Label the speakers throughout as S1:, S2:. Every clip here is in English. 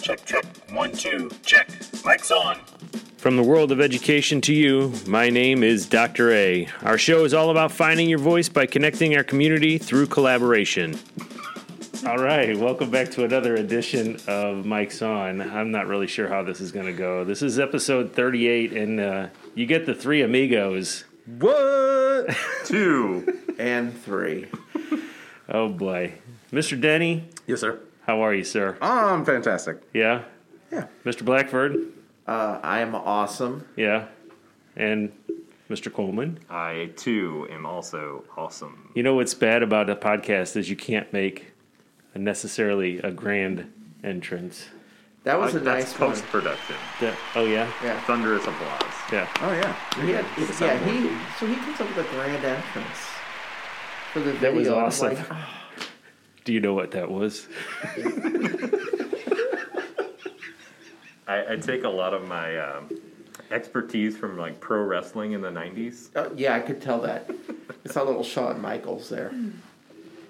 S1: Check, check. One, two, check. Mic's on.
S2: From the world of education to you, my name is Dr. A. Our show is all about finding your voice by connecting our community through collaboration. All right, welcome back to another edition of Mike's On. I'm not really sure how this is going to go. This is episode 38, and uh, you get the three amigos.
S3: What? Two.
S4: and three.
S2: Oh boy. Mr. Denny,
S3: yes, sir.
S2: how are you, sir?
S3: I'm Um, fantastic.
S2: Yeah?
S4: Yeah.
S2: Mr. Blackford?
S4: Uh, I am awesome.
S2: Yeah. And Mr. Coleman?
S1: I, too, am also awesome.
S2: You know what's bad about a podcast is you can't make a necessarily a grand entrance.
S4: That was a
S1: That's
S4: nice one.
S1: post production.
S2: That- oh yeah,
S4: Yeah.
S1: Thunderous applause.
S2: yeah.
S3: Oh yeah.
S4: He had- yeah, he, so he comes up with a grand entrance for the video.
S2: That was
S4: and I'm
S2: awesome.
S4: like, "Ah,
S2: Do you know what that was?
S1: I, I take a lot of my um, expertise from like pro wrestling in the 90s.
S4: oh, yeah, I could tell that. It's a little Shawn Michaels there.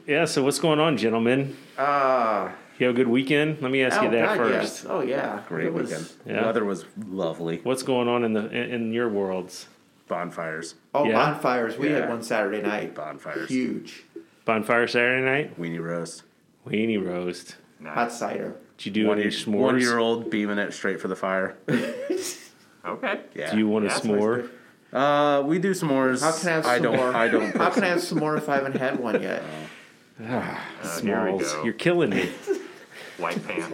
S2: Yeah. So what's going on, gentlemen?
S4: Uh,
S2: You have a good weekend. Let me ask
S4: oh,
S2: you that
S4: God,
S2: first.
S4: yes. Oh, yeah.
S3: Great
S4: It was-
S3: weekend.
S2: Yeah.
S3: Weather was lovely.
S2: What's going on in the in, in your worlds?
S3: Bonfires.
S4: Oh,
S2: Yeah.
S4: bonfires. We
S3: Yeah.
S4: had one Saturday night.
S3: Bonfires.
S4: Huge.
S2: Bonfire Saturday night,
S3: Weenie roast.
S2: weenie roast.
S4: Hot
S1: Nice.
S4: cider.
S2: Did you do any s'mores?
S3: One year old beaming it straight for the fire.
S1: Okay.
S3: Yeah.
S2: Do you want a
S1: Yeah, that's
S2: s'more?
S3: Uh, we do s'mores.
S4: How can I have some
S3: I don't.
S4: more?
S3: I don't.
S4: How can I have some more if I haven't had one yet?
S1: Uh, here we
S2: Smalls,
S1: go.
S2: you're killing me.
S1: White pants.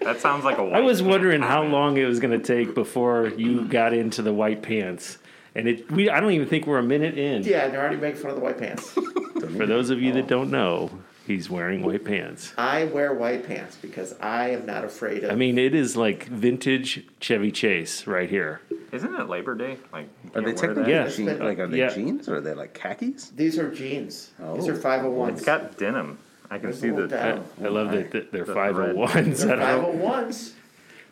S1: that sounds like a white
S2: I was
S1: pant
S2: wondering how
S1: comment.
S2: long it was going to take before you got into the white pants, and it. We I don't even think we're a minute in.
S4: Yeah, and I already make fun of the white pants.
S2: For those of you that don't know, he's wearing white pants.
S4: I wear white pants because I am not afraid of.
S2: I mean, it is like vintage Chevy Chase right here.
S1: Isn't it Labor Day? Like, you
S3: Are
S1: can't
S3: they
S1: wear
S3: technically
S2: Yeah.
S3: jeans? Like are they
S2: Yeah.
S3: jeans or are they like khakis?
S4: These are jeans. These
S3: Oh.
S4: are 501s.
S1: It's got denim. I can
S4: There's
S1: see
S4: a little
S1: the.
S2: I,
S4: down.
S2: I love that th- they're
S1: The
S2: five hundred ones. I
S4: They're
S2: don't know.
S4: 501s.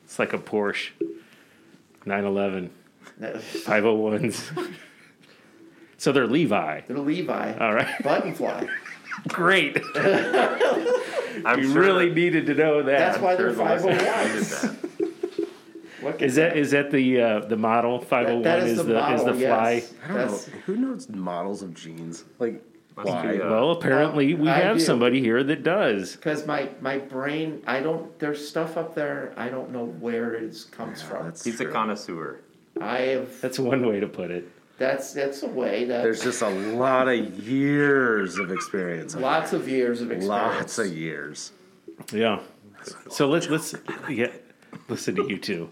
S2: It's like a Porsche, nine eleven.
S4: No,
S2: 501s. so they're Levi.
S4: They're Levi.
S2: All right,
S4: Button fly.
S2: great.
S1: I'm
S2: We
S1: sure
S2: really
S1: that-
S2: needed to know
S4: That's
S2: that.
S4: why
S1: sure
S4: they're
S1: the listeners
S4: 501s.
S1: did that.
S4: What can-
S2: Is that is that the uh, the model? Five hundred
S4: that-
S2: one
S4: that
S2: is the, is
S4: model,
S2: the fly.
S4: yes.
S3: I don't
S4: That's-
S3: know. Who knows models of jeans? Like
S1: Must
S3: why?
S1: be, uh,
S2: Well, apparently we
S4: I
S2: have
S4: do.
S2: somebody here that does.
S4: Because my, my brain, I don't, there's stuff up there, I don't know where it is- comes from.
S3: That's
S1: He's a
S3: true.
S1: connoisseur.
S4: I have,
S2: That's one way to put it.
S4: that's, that's a way that,
S3: There's just a lot of years of experience.
S4: lots of years of experience.
S3: Lots of years.
S2: Yeah. So let's let's yeah, listen to you two.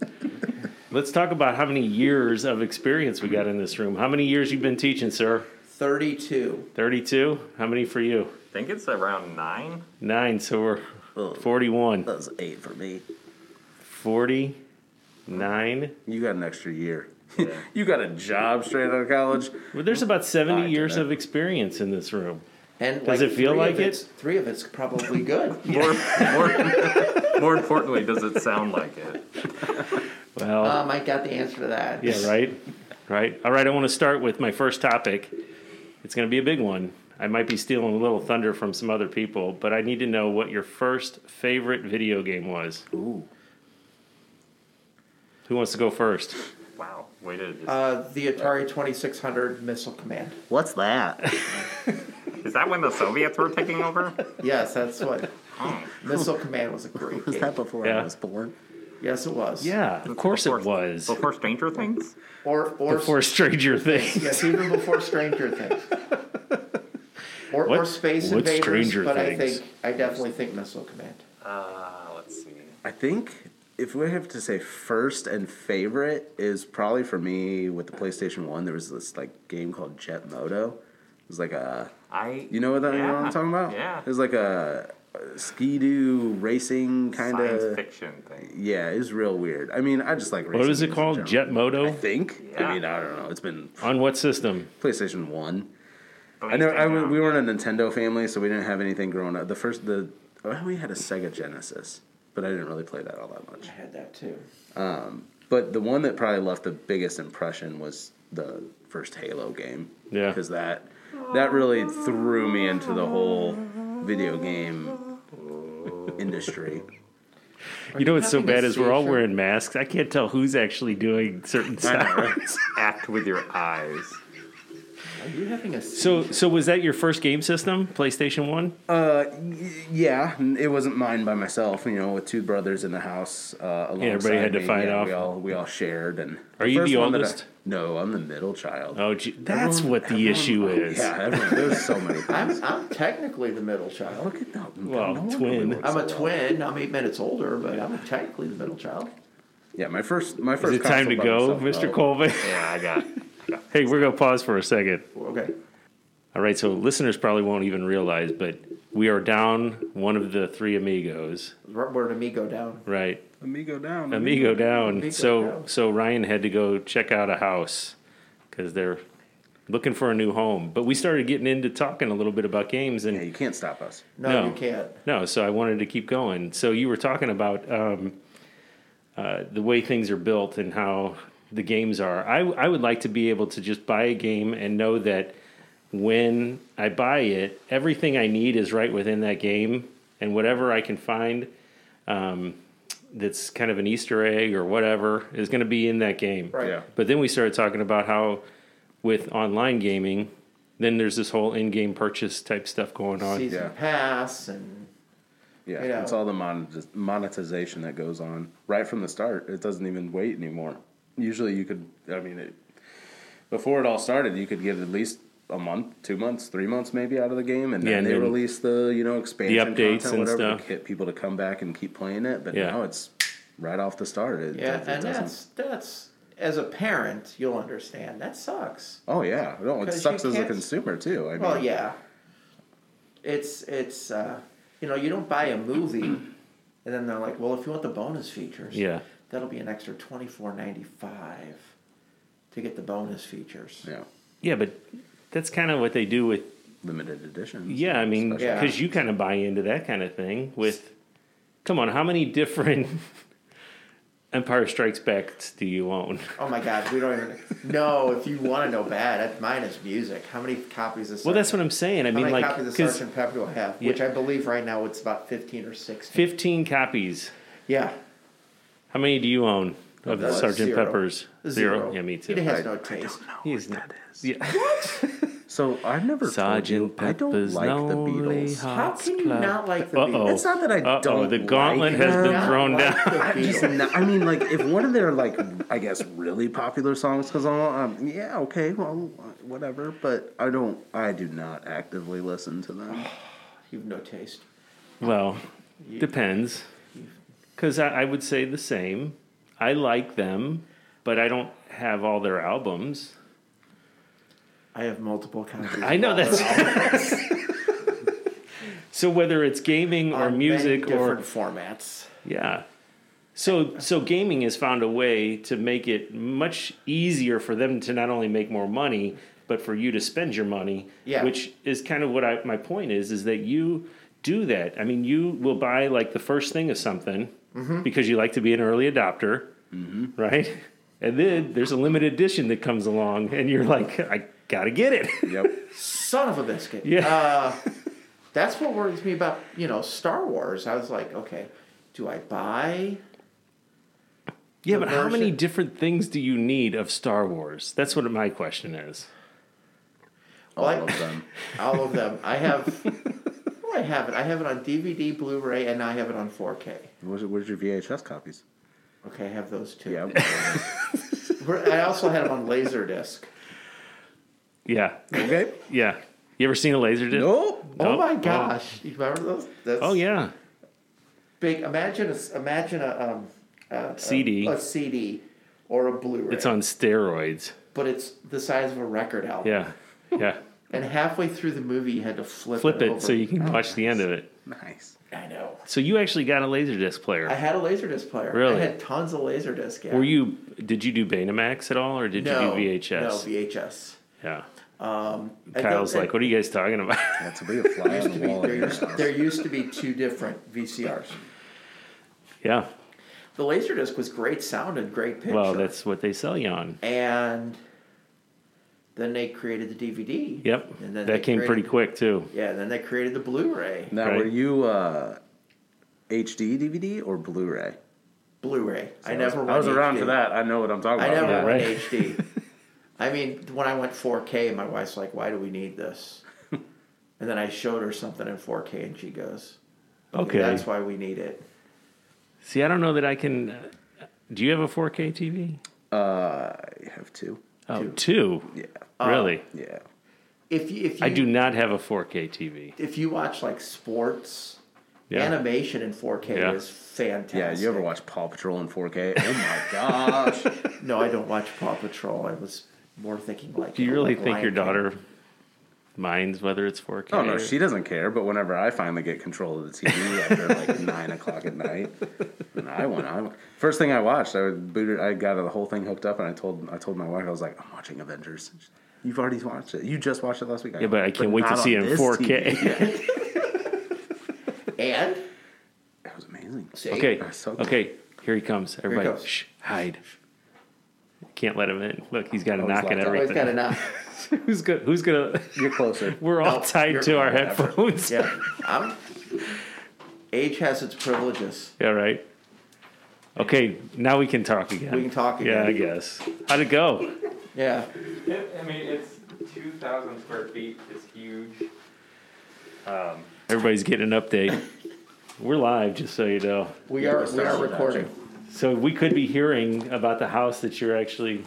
S2: Let's talk about how many years of experience we got in this room. How many years you've been teaching, sir?
S4: 32.
S2: Thirty-two. How many for you?
S1: I think it's around nine.
S2: Nine. So we're
S3: Ugh.
S2: forty-one.
S3: That was eight for me.
S2: Forty-nine.
S3: You got an extra year.
S1: Yeah.
S3: you got a job straight out of college.
S2: Well, there's about seventy
S3: Nine to
S2: years
S3: nine.
S2: of experience in this room.
S4: And
S2: Does it feel
S4: three
S2: like
S4: of
S2: it?
S4: it's- Three of it's probably good.
S1: More, more, more importantly, does it sound like it?
S2: Well,
S4: um, I got the answer to that.
S2: yeah, right, right. All right. I want to start with my first topic. It's going to be a big one. I might be stealing a little thunder from some other people, but I need to know what your first favorite video game was.
S3: Ooh.
S2: Who wants to go first?
S1: Wow. Way to just,
S4: Uh, the Atari 2600 Missile Command.
S3: What's that?
S1: Is that when the Soviets were taking over?
S4: Yes, that's what.
S1: Oh,
S4: Missile Command was a great
S3: Was
S4: game.
S3: that before
S2: Yeah.
S3: I was born?
S4: Yes, it was.
S2: Yeah, of course it
S1: before-
S2: was.
S1: Before Stranger Things?
S4: Or or
S2: Before Stranger Things.
S4: yes, even before Stranger Things. Or, or
S2: What-
S4: Space
S2: what
S4: Invaders,
S2: Stranger
S4: but I
S2: Things?
S4: think I definitely think Missile Command.
S1: Uh, let's see.
S3: I think if we have to say first and favorite is probably for me with the PlayStation One. There was this like game called Jet Moto. It was like a
S1: I.
S3: you know what, I, you know what
S1: Yeah,
S3: I'm talking about?
S1: Yeah.
S3: It was like a, a ski doo racing kind
S1: Science
S3: of.
S1: fiction thing.
S3: Yeah, it was real weird. I mean, I just like racing.
S2: What was it
S3: games in
S2: called?
S3: general.
S2: Jet
S3: I
S2: Moto?
S3: think.
S1: Yeah.
S3: I mean, I don't know. It's been
S2: On what system?
S3: PlayStation One. I know I,
S1: Blazing
S3: we
S1: Dawn.
S3: weren't a Nintendo family, so we didn't have anything growing up. The first, the well, we had a Sega Genesis, but I didn't really play that all that much.
S4: I had that too.
S3: But the one that probably left the biggest impression was the first Halo game.
S2: Yeah.
S3: because that that really threw me into the whole video game industry.
S2: You know what's so
S4: having a
S2: bad is we're all
S4: seizure?
S2: wearing masks. I can't tell who's actually doing certain
S1: I know, right?
S2: sounds.
S1: Act with your eyes.
S4: Are you having a
S2: So, so was that your first game system, PlayStation One?
S3: Uh, y- yeah, n- it wasn't mine by myself. You know, with two brothers in the house. Uh, alongside
S2: everybody had to
S3: me,
S2: fight
S3: yeah,
S2: off.
S3: We all we all shared. And
S2: Are you
S3: first
S2: the
S3: one that I-
S2: oldest?
S3: no, I'm the middle child.
S2: Oh, gee, that's what the issue is.
S3: yeah, everyone, there's so many. Things.
S4: I'm, I'm technically the middle child.
S3: Look at that.
S2: Well,
S3: one
S2: twin.
S3: really looks
S4: I'm a
S3: so well.
S4: twin. I'm eight minutes older, but I'm technically the middle child.
S3: Yeah, my first my
S2: Is
S3: first.
S2: it time
S3: console
S2: to
S3: by
S2: go,
S3: myself,
S2: Mr.
S3: though.
S2: Colvin?
S1: Yeah, I got.
S2: hey, we're gonna pause for a second.
S4: Okay.
S2: All right, so listeners probably won't even realize, but we are down one of the three amigos,
S4: We're we're an amigo down.
S2: right?
S3: Amigo down.
S2: Amigo down.
S4: Amigo
S2: so
S4: down.
S2: so Ryan had to go check out a house because they're looking for a new home. But we started getting into talking a little bit about games, and
S3: Yeah, you can't stop us.
S4: No,
S2: No.
S4: you can't.
S2: no, so I wanted to keep going. So you were talking about um, uh, the way things are built and how the games are. I I would like to be able to just buy a game and know that when I buy it, everything I need is right within that game, and whatever I can find um, that's kind of an Easter egg or whatever is going to be in that game.
S4: Right.
S3: Yeah.
S2: But then we started talking about how with online gaming, then there's this whole in-game purchase type stuff going on.
S4: Season
S3: Yeah.
S4: pass and
S3: Yeah,
S4: You know.
S3: it's all the monetiz- monetization that goes on right from the start. It doesn't even wait anymore. Usually, you could. I mean, it, before it all started, you could get at least a month, two months, three months, maybe out of the game, and then
S2: Yeah, and
S3: they
S2: then
S3: release the you know expansion
S2: updates
S3: content,
S2: and
S3: whatever,
S2: stuff.
S3: to get people to come back and keep playing it. But
S2: Yeah.
S3: now it's right off the start. It,
S4: yeah,
S3: it
S4: and
S3: doesn't-
S4: that's that's as a parent, you'll understand. That sucks.
S3: Oh yeah, no, it
S4: 'Cause you
S3: sucks as a
S4: can't-
S3: consumer too. I mean,
S4: Well, yeah. It's it's uh, you know you don't buy a movie, and then they're like, well, if you want the bonus features,
S2: Yeah.
S4: that'll be an extra twenty four ninety five to get the bonus features.
S3: yeah,
S2: Yeah, but that's kind of what they do with.
S3: limited edition.
S2: Yeah, I mean,
S3: Special.
S4: Yeah.
S2: because you kind of buy into that kind of thing. With, come on, how many different Empire Strikes Backs do you own?
S4: Oh my God, we don't even know if you want to know bad. that- Mine is music. How many copies of
S2: Well, that's what I'm saying. I
S4: How
S2: mean,
S4: many
S2: like,
S4: copies of
S2: 'cause
S4: Sergeant Pepper do I have? Which
S2: Yeah.
S4: I believe right now it's about fifteen or sixteen.
S2: fifteen copies.
S4: Yeah,
S2: How many do you own of
S4: Uh,
S2: Sergeant
S4: zero.
S2: Pepper's?
S4: zero.
S2: Yeah, me too.
S4: It has no taste.
S2: He's not. Yeah.
S3: So I've never
S2: Sergeant
S3: told you, I don't
S2: Pepper's
S3: like the
S2: Lonely
S3: Beatles.
S4: How
S2: Hearts
S4: can you
S2: Club.
S4: not like the
S2: Uh-oh.
S4: Beatles?
S3: It's not that I
S2: Uh-oh,
S3: don't.
S2: the gauntlet
S3: like
S2: has
S3: them.
S2: been
S4: Not
S2: thrown
S4: like
S2: down.
S4: the
S3: I'm just
S4: Beatles.
S3: not- I mean, like if one of their like I guess really popular songs comes on, um, yeah, okay, well, whatever. But I don't. I do not actively listen to them.
S4: You've no taste.
S2: Well, depends. Because I, I would say the same. I like them, but I don't have all their albums.
S4: I have multiple copies.
S2: I know that's. so whether it's gaming or music or
S4: different formats.
S2: yeah, so so gaming has found a way to make it much easier for them to not only make more money but for you to spend your money.
S4: Yeah.
S2: which is kind of what I my point is is that you do that. I mean, you will buy like the first thing of something
S4: Mm-hmm.
S2: because you like to be an early adopter, right? And then there's a limited edition that comes along, and you're like, I gotta get it.
S3: Yep.
S4: Son of a biscuit.
S2: Yeah.
S4: Uh, that's what worries me about you know Star Wars. I was like, okay, do I buy?
S2: Yeah,
S4: the
S2: but how many
S4: version-
S2: different things do you need of Star Wars? That's what my question is.
S3: All
S4: Like-
S3: of them.
S4: All of them. I have. what do I have it. I have it on DVD, Blu-ray, and I have it on 4K.
S3: Where's, where's your VHS copies?
S4: Okay, I have those two.
S3: Yep.
S4: I also had them on Laserdisc.
S2: Yeah,
S3: okay.
S2: yeah. You ever seen a laser disc?
S3: Nope.
S4: Oh
S2: Nope.
S4: my gosh! You remember those? That's
S2: Oh yeah,
S4: Big. Imagine a s- imagine a um a, a-
S2: CD.
S4: a, CD or a Blu-ray.
S2: it's on steroids.
S4: but it's the size of a record album.
S2: Yeah, yeah.
S4: And halfway through the movie, you had to flip
S2: Flip
S4: over.
S2: it so you can watch the end of it.
S3: Nice.
S4: I know.
S2: So you actually got a laser disc
S4: I
S2: player.
S4: had a laserdisc player.
S2: Really?
S4: I had tons of laserdisc. Yeah.
S2: Were you? Did you do Betamax at all, or did
S4: No,
S2: you do VHS?
S4: No VHS.
S2: yeah.
S4: And
S2: Kyle's
S4: there-
S2: like, "What are you guys talking about?"
S3: That's a big fly on
S4: used
S3: the
S4: to be-
S3: wall.
S4: there,
S3: in your
S4: used,
S3: house.
S4: there used to be two different VCRs.
S2: yeah.
S4: The laserdisc was great sound and great picture.
S2: Well, that's what they sell you on.
S4: and then they created the DVD.
S2: Yep.
S4: And
S2: That
S4: then they
S2: came pretty
S4: created-
S2: quick too.
S4: Yeah, then they created the Blu-ray.
S3: Now,
S2: Right.
S3: were you uh, HD DVD or Blu-ray.
S4: Blu-ray. I never.
S3: I was
S4: went
S3: around
S4: HD.
S3: for that. I know what I'm talking
S4: I
S3: about.
S4: never
S2: Yeah,
S4: went
S2: right.
S4: HD. I mean, when I went 4K, my wife's like, "Why do we need this?" And then I showed her something in 4K, and she goes,
S2: Okay.
S4: that's why we need it."
S2: See, I don't know that I can. uh, Do you have a 4K TV?
S3: Uh, I have two.
S2: Oh, two.
S3: Yeah,
S2: Really?
S3: yeah.
S4: If you, if you,
S2: I do not have a 4K TV.
S4: If you watch like sports,
S2: Yeah.
S4: animation in 4K
S2: Yeah.
S4: is fantastic.
S3: Yeah, you ever watch Paw Patrol in 4K? Oh my gosh!
S4: No, I don't watch Paw Patrol. I was more thinking like.
S2: Do you really
S4: like
S2: think your
S4: Lion King.
S2: daughter minds whether it's 4K?
S3: Oh no,
S2: or-
S3: she doesn't care. But whenever I finally get control of the TV after like nine o'clock at night, and I went, I went. First thing I watched, I would boot it. I got the whole thing hooked up, and I told I told my wife I was like, I'm watching Avengers. She's like, You've already watched it. You just watched it last week.
S2: Yeah, but I can't wait to
S3: not
S2: see
S3: on
S2: it in
S3: this
S2: 4K.
S3: TV. Yeah,
S4: And
S3: that was amazing.
S4: see,
S2: Okay.
S3: That's so cool.
S2: Okay. Here he comes. Everybody,
S4: comes.
S2: Shh, hide. Can't let him in. Look, he's got a
S3: he's
S2: knock and
S3: locked up.
S4: always
S2: everything.
S4: Oh, got enough.
S2: who's gonna? Who's gonna?
S3: You're closer.
S2: We're all
S4: No,
S2: tied
S4: you're-
S2: to our
S4: whatever.
S2: headphones.
S4: Yeah, I'm. Age has its privileges.
S2: Yeah, right. Okay, now we can talk again.
S4: We can talk
S2: Yeah, I
S4: again.
S2: guess. How'd it go?
S4: Yeah,
S1: I mean, it's 2,000 square feet. It's huge.
S2: Everybody's getting an update. We're live, just so you know.
S4: we
S3: Yeah,
S4: are.
S3: we're
S4: We are
S3: starting with that,
S4: recording.
S2: So we could be hearing about the house that you're actually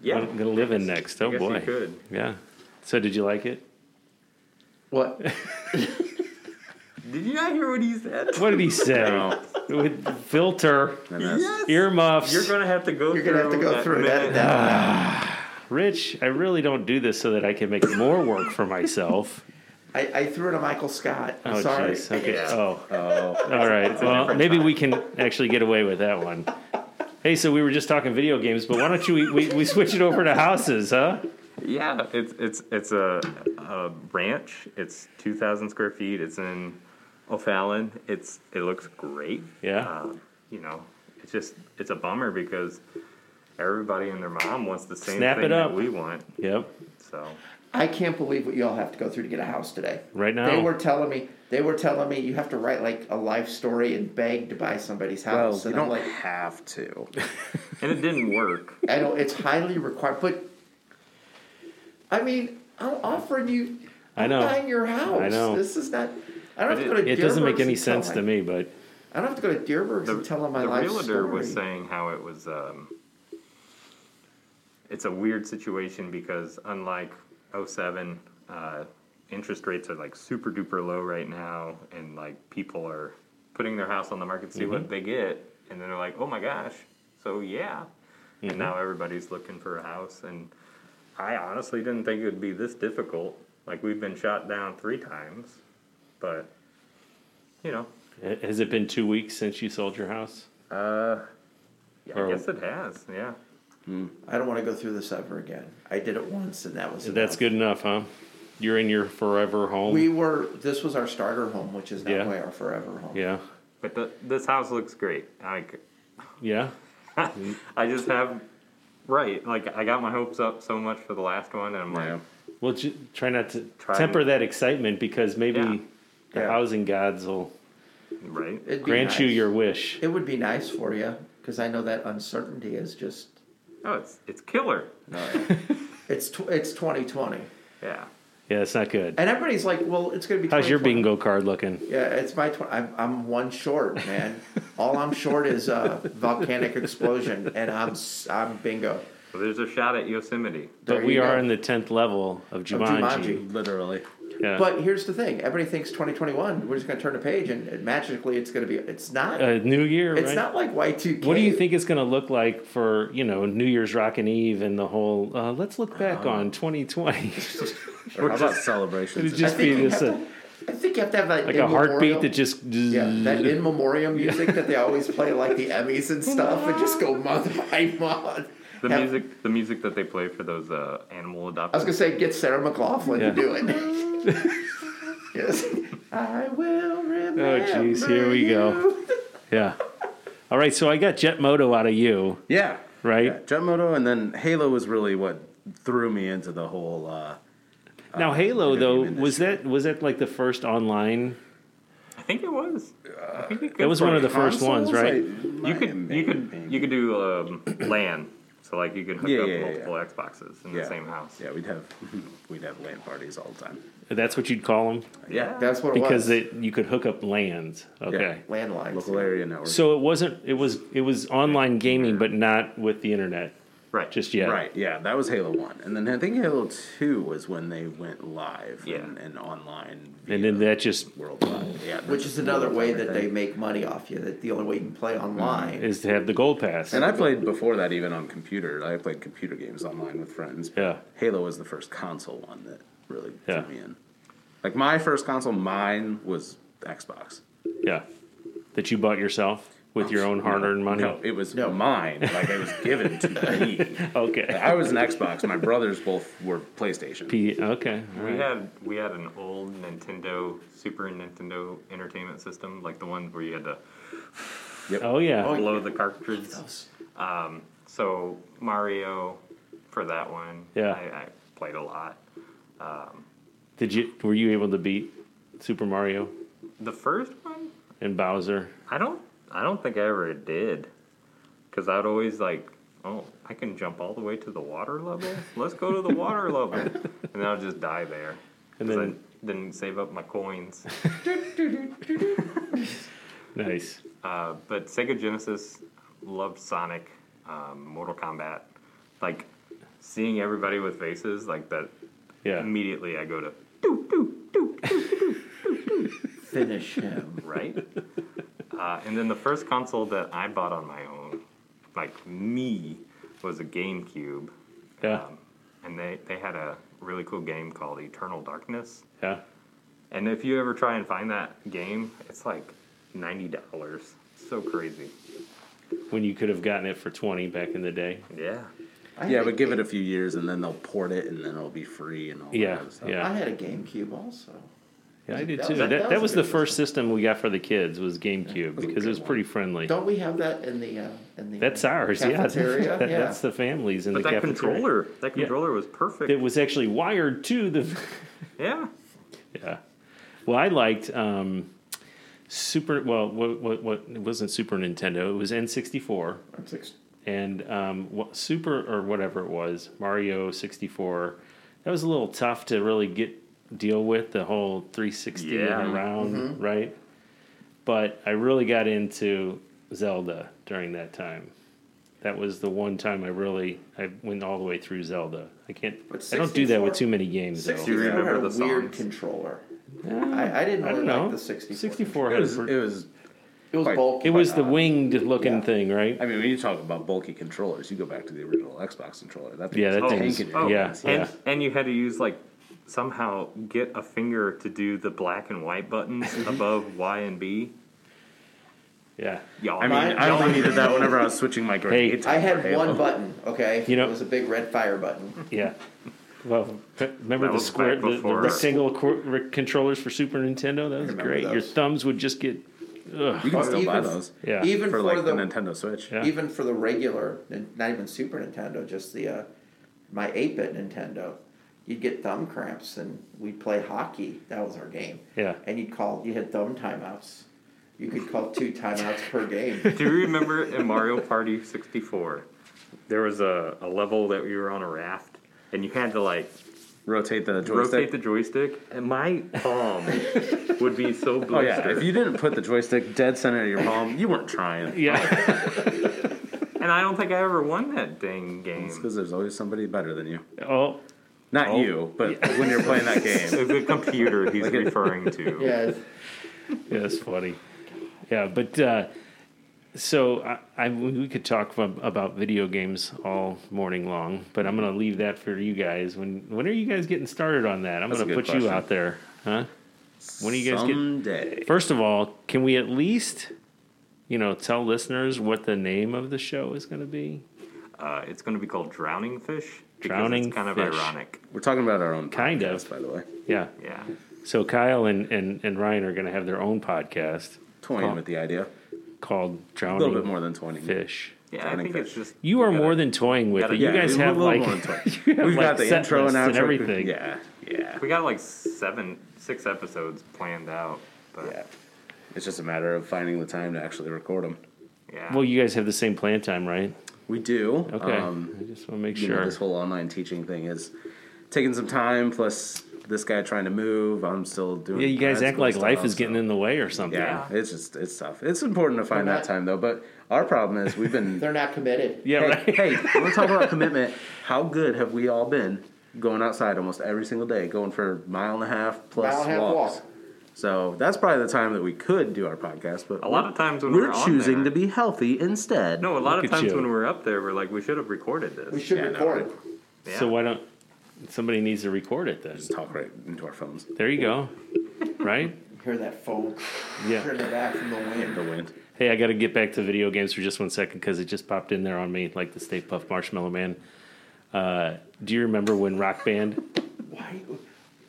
S1: Yeah.
S2: going to live in next. Oh
S1: I guess
S2: boy.
S1: you could.
S2: Yeah. So did you like it?
S4: What?
S1: Did you not hear what he said?
S2: What did he say?
S3: No.
S2: With filter,
S3: And that's-
S1: Yes.
S2: earmuffs.
S1: You're gonna have to go.
S4: You're gonna have to go through that.
S2: Ah.
S4: that-
S2: Rich, I really don't do this so that I can make more work for myself.
S4: I, I threw it to Michael Scott. I'm
S2: Oh,
S4: sorry.
S2: jeez. Okay.
S1: Yeah.
S2: Oh.
S3: Oh,
S2: All right. Well, maybe we can actually get away with that one. Hey, so we were just talking video games, but why don't you we, we, we switch it over to houses, huh?
S1: Yeah, it's it's it's a, a ranch. It's 2,000 square feet. It's in O'Fallon. It's it looks great.
S2: Yeah.
S1: Um, you know, it's just it's a bummer because everybody and their mom wants the same
S2: Snap
S1: thing
S2: it up.
S1: that we want.
S2: Yep.
S1: So
S4: I can't believe what y'all have to go through to get a house today.
S2: Right now.
S4: They were telling me. They were telling me you have to write like a life story and beg to buy somebody's
S3: well,
S4: house.
S3: you
S4: and
S3: don't
S4: I'm like,
S3: have to.
S1: and it didn't work.
S4: I know it's highly required, but I mean, I'm offering you.
S2: I know.
S4: I'm buying your house.
S2: I know.
S4: This is not. I don't have to go to.
S2: It doesn't make
S4: Dearborn's
S2: any
S4: and tell
S2: sense
S4: my-
S2: to me, but
S4: I don't have to go to Dearborn's and tell them my
S1: the
S4: life
S1: realtor
S4: story.
S1: was saying how it was um, it's a weird situation because unlike 07 uh, interest rates are like super duper low right now and like people are putting their house on the market to see
S4: Mm-hmm.
S1: what they get and then they're like oh my gosh so yeah and
S4: Mm-hmm.
S1: now everybody's looking for a house and i honestly didn't think it would be this difficult like we've been shot down three times but you know
S2: has it been two weeks since you sold your house?
S1: yeah,
S2: Or-
S1: i guess it has yeah
S4: I don't want to go through this ever again. I did it once, and that was.
S2: That's
S4: enough.
S2: good enough, huh? You're in your forever home.
S4: We were. This was our starter home, which is now
S2: Yeah.
S4: our forever home.
S2: yeah.
S1: But the, this house looks great. Like,
S2: Yeah.
S3: Mm.
S1: I just have, right, like, I got my hopes up so much for the last one, and I'm
S3: Yeah.
S1: like,
S2: Well, j- try not to
S1: Try
S2: temper
S1: and-
S2: that excitement because maybe
S1: Yeah.
S2: the
S4: Yeah.
S2: housing gods will
S1: right?
S4: It'd be
S2: grant you
S4: nice.
S2: your wish.
S4: It would be nice for you because I know that uncertainty is just.
S1: Oh, it's it's killer.
S4: It's tw- it's 2020,
S1: Yeah.
S2: Yeah, it's not good.
S4: and everybody's like, "Well, it's going to be."
S2: How's your
S4: 2020.
S2: bingo card looking?
S4: Yeah, it's my. Tw- I'm I'm one short, man. All I'm short is a volcanic explosion, and I'm s- I'm bingo.
S1: Well, there's a shot at Yosemite.
S4: There
S2: but we
S4: you
S2: are
S4: go.
S2: in the tenth level of Jumanji.
S4: Jumanji.
S3: Literally.
S2: Yeah.
S4: But here's the thing: everybody thinks 2021. We're just going to turn the page, and it, magically, it's going to be. It's not.
S2: a new year,
S4: it's
S2: Uh, right?
S4: not like Y2K.
S2: what do you think it's going to look like for you know New Year's Rockin' Eve and the whole? Uh, let's look back on 2020.
S3: Or how about
S2: It'd
S3: celebrations?
S4: Uh-huh. I
S2: just
S4: think,
S2: be
S4: you
S2: this
S4: have
S2: uh,
S4: to, I think you have to have that
S2: like
S4: in
S2: a heartbeat
S4: memoriam-
S2: that just
S4: Yeah, that in memoriam music that they always play, like the Emmys and stuff, and just go month by month.
S1: The
S4: Have-
S1: music, the music that they play for those uh, animal adopters.
S4: I was gonna say, get Sarah McLaughlin
S2: Yeah.
S4: to do it. yes, I will remember.
S2: Oh, jeez, here we go.
S4: you.
S2: yeah. All right, so I got Jet Moto out of you,
S3: Yeah.
S2: right?
S3: Yeah, Jet Moto, and then Halo was really what threw me into the whole. Uh,
S2: Now Halo
S3: video
S2: though
S3: game
S2: was that was that like the first online?
S1: I think it was. I think it
S2: That was one of the first ones, right?
S1: You could you could you could do um, LAN. So like you could hook
S3: Yeah,
S1: up
S3: yeah, yeah,
S1: multiple Xboxes in
S3: Yeah.
S1: the same house.
S3: Yeah, we'd have we'd have LAN parties all the time.
S2: That's what you'd call them
S4: Yeah, that's what it
S2: because
S4: was.
S2: it, you could hook up lands. Okay.
S4: landlines.
S3: Local area network.
S2: So it wasn't. It was. It was online gaming, but not with the internet
S1: Right.
S2: just yet.
S3: Right, yeah, that was Halo One, and then I think Halo Two was when they went live
S1: Yeah.
S3: and, and online.
S2: And then
S3: via
S2: that just
S3: worldwide, yeah,
S4: which is another way that they
S3: everything.
S4: make money off you. That the only way you can
S2: Mm-hmm.
S4: play online.
S2: is to have the gold pass.
S3: And I played before that even on computer. I played computer games online with friends.
S2: Yeah.
S3: Halo was the first console one that really
S2: Yeah.
S3: drew me in. Like my first console, mine was Xbox.
S2: yeah. That you bought yourself with your own hard-earned money.
S3: Oh, No, it was
S4: No.
S3: mine. Like it was given to me.
S2: Okay.
S3: I was an Xbox. My brothers both were PlayStation.
S2: P- okay. all
S1: We
S2: right.
S1: had we had an old Nintendo Super Nintendo Entertainment System, like the ones where you had to
S2: Oh yeah.
S4: Oh,
S1: blow the cartridge. Um,
S4: Those-
S1: So Mario for that one,
S2: Yeah.
S1: I, I played a lot.
S2: Did you? Were you able to beat Super Mario
S1: The first one,
S2: and Bowser?
S1: I don't I don't think I ever did, because I'd always like, oh, I can jump all the way to the water level. Let's go to the water level, and then I'll just die there.
S2: And
S1: And then
S2: then-
S1: I didn't save up my coins.
S2: Nice.
S1: Uh, but Sega Genesis loved Sonic, um, Mortal Kombat. Like seeing everybody with faces like that.
S2: Yeah.
S1: Immediately, I go to
S4: Finish him.
S1: right. uh, and then the first console that I bought on my own, like me, was a GameCube,
S2: Yeah.
S1: um, and they they had a really cool game called Eternal Darkness.
S2: Yeah.
S1: And if you ever try and find that game, it's like ninety dollars. So crazy.
S2: When you could have gotten it for twenty back in the day.
S1: Yeah.
S4: I
S3: Yeah,
S4: had a
S3: but give
S4: Ga-
S3: it a few years and then they'll port it and then it'll be free and all
S2: Yeah,
S3: that other stuff.
S2: yeah.
S4: I had a GameCube also.
S2: Yeah, I
S4: That
S2: did
S4: was-
S2: too.
S4: that-
S2: That, that,
S4: that was
S2: was
S4: a
S2: the
S4: good
S2: first system we got for the kids was GameCube
S3: was a
S2: because it
S3: good
S2: was
S3: one.
S2: pretty friendly.
S4: Don't we have that in the uh, in the
S2: That's
S4: uh,
S2: ours, yeah.
S4: cafeteria?
S2: That-
S4: yeah.
S2: That's the families in
S1: But
S2: the
S1: that
S2: cafeteria.
S1: controller, that controller was perfect.
S2: It was actually wired to the.
S1: yeah.
S2: yeah. Well, I liked um, Super. Well, what, what, what? It wasn't Super Nintendo. It was N sixty four.
S4: I'm six-
S2: and um, what, Super or whatever it was, Mario 64. That was a little tough to really get deal with the whole 360
S1: Yeah.
S2: and around, right? But I really got into Zelda during that time. That was the one time I really I went all the way through Zelda. I can't.
S4: But
S2: I don't do that with
S4: 64
S2: too many games though.
S4: 64
S1: remember
S4: had a
S1: the
S4: weird
S1: songs?
S4: controller.
S2: Uh,
S4: I, I didn't
S2: I
S4: really
S2: don't know.
S4: like the 64.
S2: 64
S3: It
S2: had.
S3: was,
S2: per-
S3: it was,
S4: It was
S3: Quite-
S4: bulky.
S2: it was the
S4: wing.
S2: winged looking
S4: Yeah.
S2: thing, right?
S3: I mean, when you talk about bulky controllers, you go back to the original Xbox controller. That thing
S2: Yeah, that
S3: was
S2: thing
S3: tanking
S2: was-
S3: it.
S1: Oh,
S2: yeah,
S1: And,
S2: yeah.
S1: and you had to use like somehow get a finger to do the black and white buttons above Y and B.
S2: Yeah.
S1: Y'all,
S3: I mean,
S4: Mine-
S3: I only
S4: mine-
S3: needed that whenever I was switching my grade.
S2: Hey.
S3: to
S4: I had
S3: Halo.
S4: one button. Okay,
S2: You know-
S4: it was a big red fire button.
S2: Yeah. Well, p- remember
S1: That
S2: the
S1: was
S2: square,
S1: back
S2: the, the
S1: before-
S2: rectangle qu- re- controllers for Super Nintendo? That was
S4: remember
S2: great. Your
S4: those.
S2: thumbs would just get. Ugh.
S3: You can
S4: Oh,
S3: still buy
S4: even-
S3: those.
S2: Yeah.
S4: Even
S3: For,
S4: for,
S3: like the,
S4: the,
S3: Nintendo Switch.
S2: Yeah.
S4: even for the regular, not even Super Nintendo, just the uh, my eight bit Nintendo, you'd get thumb cramps and we'd play hockey. That was our game.
S2: Yeah.
S4: And you'd call. You had thumb timeouts. You could call two timeouts per game.
S1: do you remember in Mario Party 64? There was a, a level that you were on a raft and you had to like
S3: Rotate the joystick.
S1: rotate the joystick, and my palm would be so blistered.
S3: oh, yeah. If you didn't put the joystick dead center of your palm, you weren't trying.
S2: Yeah.
S1: and I don't think I ever won that dang
S3: It's
S1: game.
S3: because there's always somebody better than you.
S2: oh,
S3: Not you, but when you're playing that game.
S1: It's the computer he's referring to.
S4: yeah.
S2: yeah, that's funny. Yeah, but uh, so I, I, we could talk ab- about video games all morning long, but I'm going to leave that for you guys. When when are you guys getting started on that? I'm
S3: That's a
S2: going to put
S3: good
S2: you
S3: question.
S2: out there, huh? When are you guys getting?
S3: Someday.
S2: First of all, can we at least, you know, tell listeners what the name of the show is going to be?
S1: Uh, it's going to be called Drowning Fish. Because
S2: Drowning
S1: it's kind of
S2: Fish.
S1: ironic.
S3: We're talking about our own
S2: Kind
S3: podcast,
S2: of.
S3: by the way.
S2: Yeah.
S1: Yeah.
S2: So Kyle and, and, and Ryan are going to have their own podcast
S3: Toying
S2: Huh.
S3: with the idea.
S2: called
S3: A little bit
S2: Drowning
S3: more than 20.
S2: Fish.
S1: Yeah, I
S3: Drowning
S1: think it's
S3: Fish.
S1: just.
S2: You are
S1: gotta-
S2: more than toying with
S1: gotta-
S2: it. You
S1: yeah,
S2: guys
S3: we're a
S2: have
S3: little
S2: like
S3: more than 20.
S2: you have
S3: We've
S2: like
S3: got the
S2: set
S3: intro and
S2: lists
S3: outro.
S2: everything.
S3: Yeah, yeah,
S1: We got like seven, six episodes planned out. But
S3: yeah. It's just a matter of finding the time to actually record them.
S1: Yeah.
S2: Well, you guys have the same plan time, right?
S3: We do.
S2: Okay.
S3: Um,
S2: I just want to make
S3: you know,
S2: sure.
S3: this whole online teaching thing is taking some time. Plus, this guy trying to move. I'm still doing.
S2: Yeah, you guys
S3: grad
S2: act
S3: school
S2: like life
S3: stuff,
S2: is getting
S3: so-
S2: in the way or something.
S3: Yeah, it's just it's tough. It's important to find
S4: We're
S3: that
S4: not-
S3: time though. But our problem is we've been.
S4: They're not committed.
S2: Yeah,
S3: hey,
S2: right.
S3: hey, we're talking about commitment. How good have we all been going outside almost every single day, going for mile and a half plus
S4: Mile and a half
S3: walks?
S4: walk.
S3: So that's probably the time that we could do our podcast. But
S1: a lot of times when
S3: we're,
S1: we're, on
S3: choosing
S1: there-
S3: to be healthy instead.
S1: No, a lot
S2: Look
S1: of
S2: at
S1: times
S2: you.
S1: when we're up there, we're like, we should have recorded this.
S4: We should
S3: Yeah, no,
S4: record.
S3: right.
S1: Yeah.
S2: So why don't somebody needs to record it then?
S3: Just talk right into our phones.
S2: There you go. Right?
S4: Hear that phone
S2: Yeah.
S4: in the back from the
S3: The
S4: wind.
S3: wind.
S2: Hey, I got to get back to video games for just one second because it just popped in there on me, like the Stay Puff Marshmallow Man. Uh, do you remember when Rock Band?
S4: Why?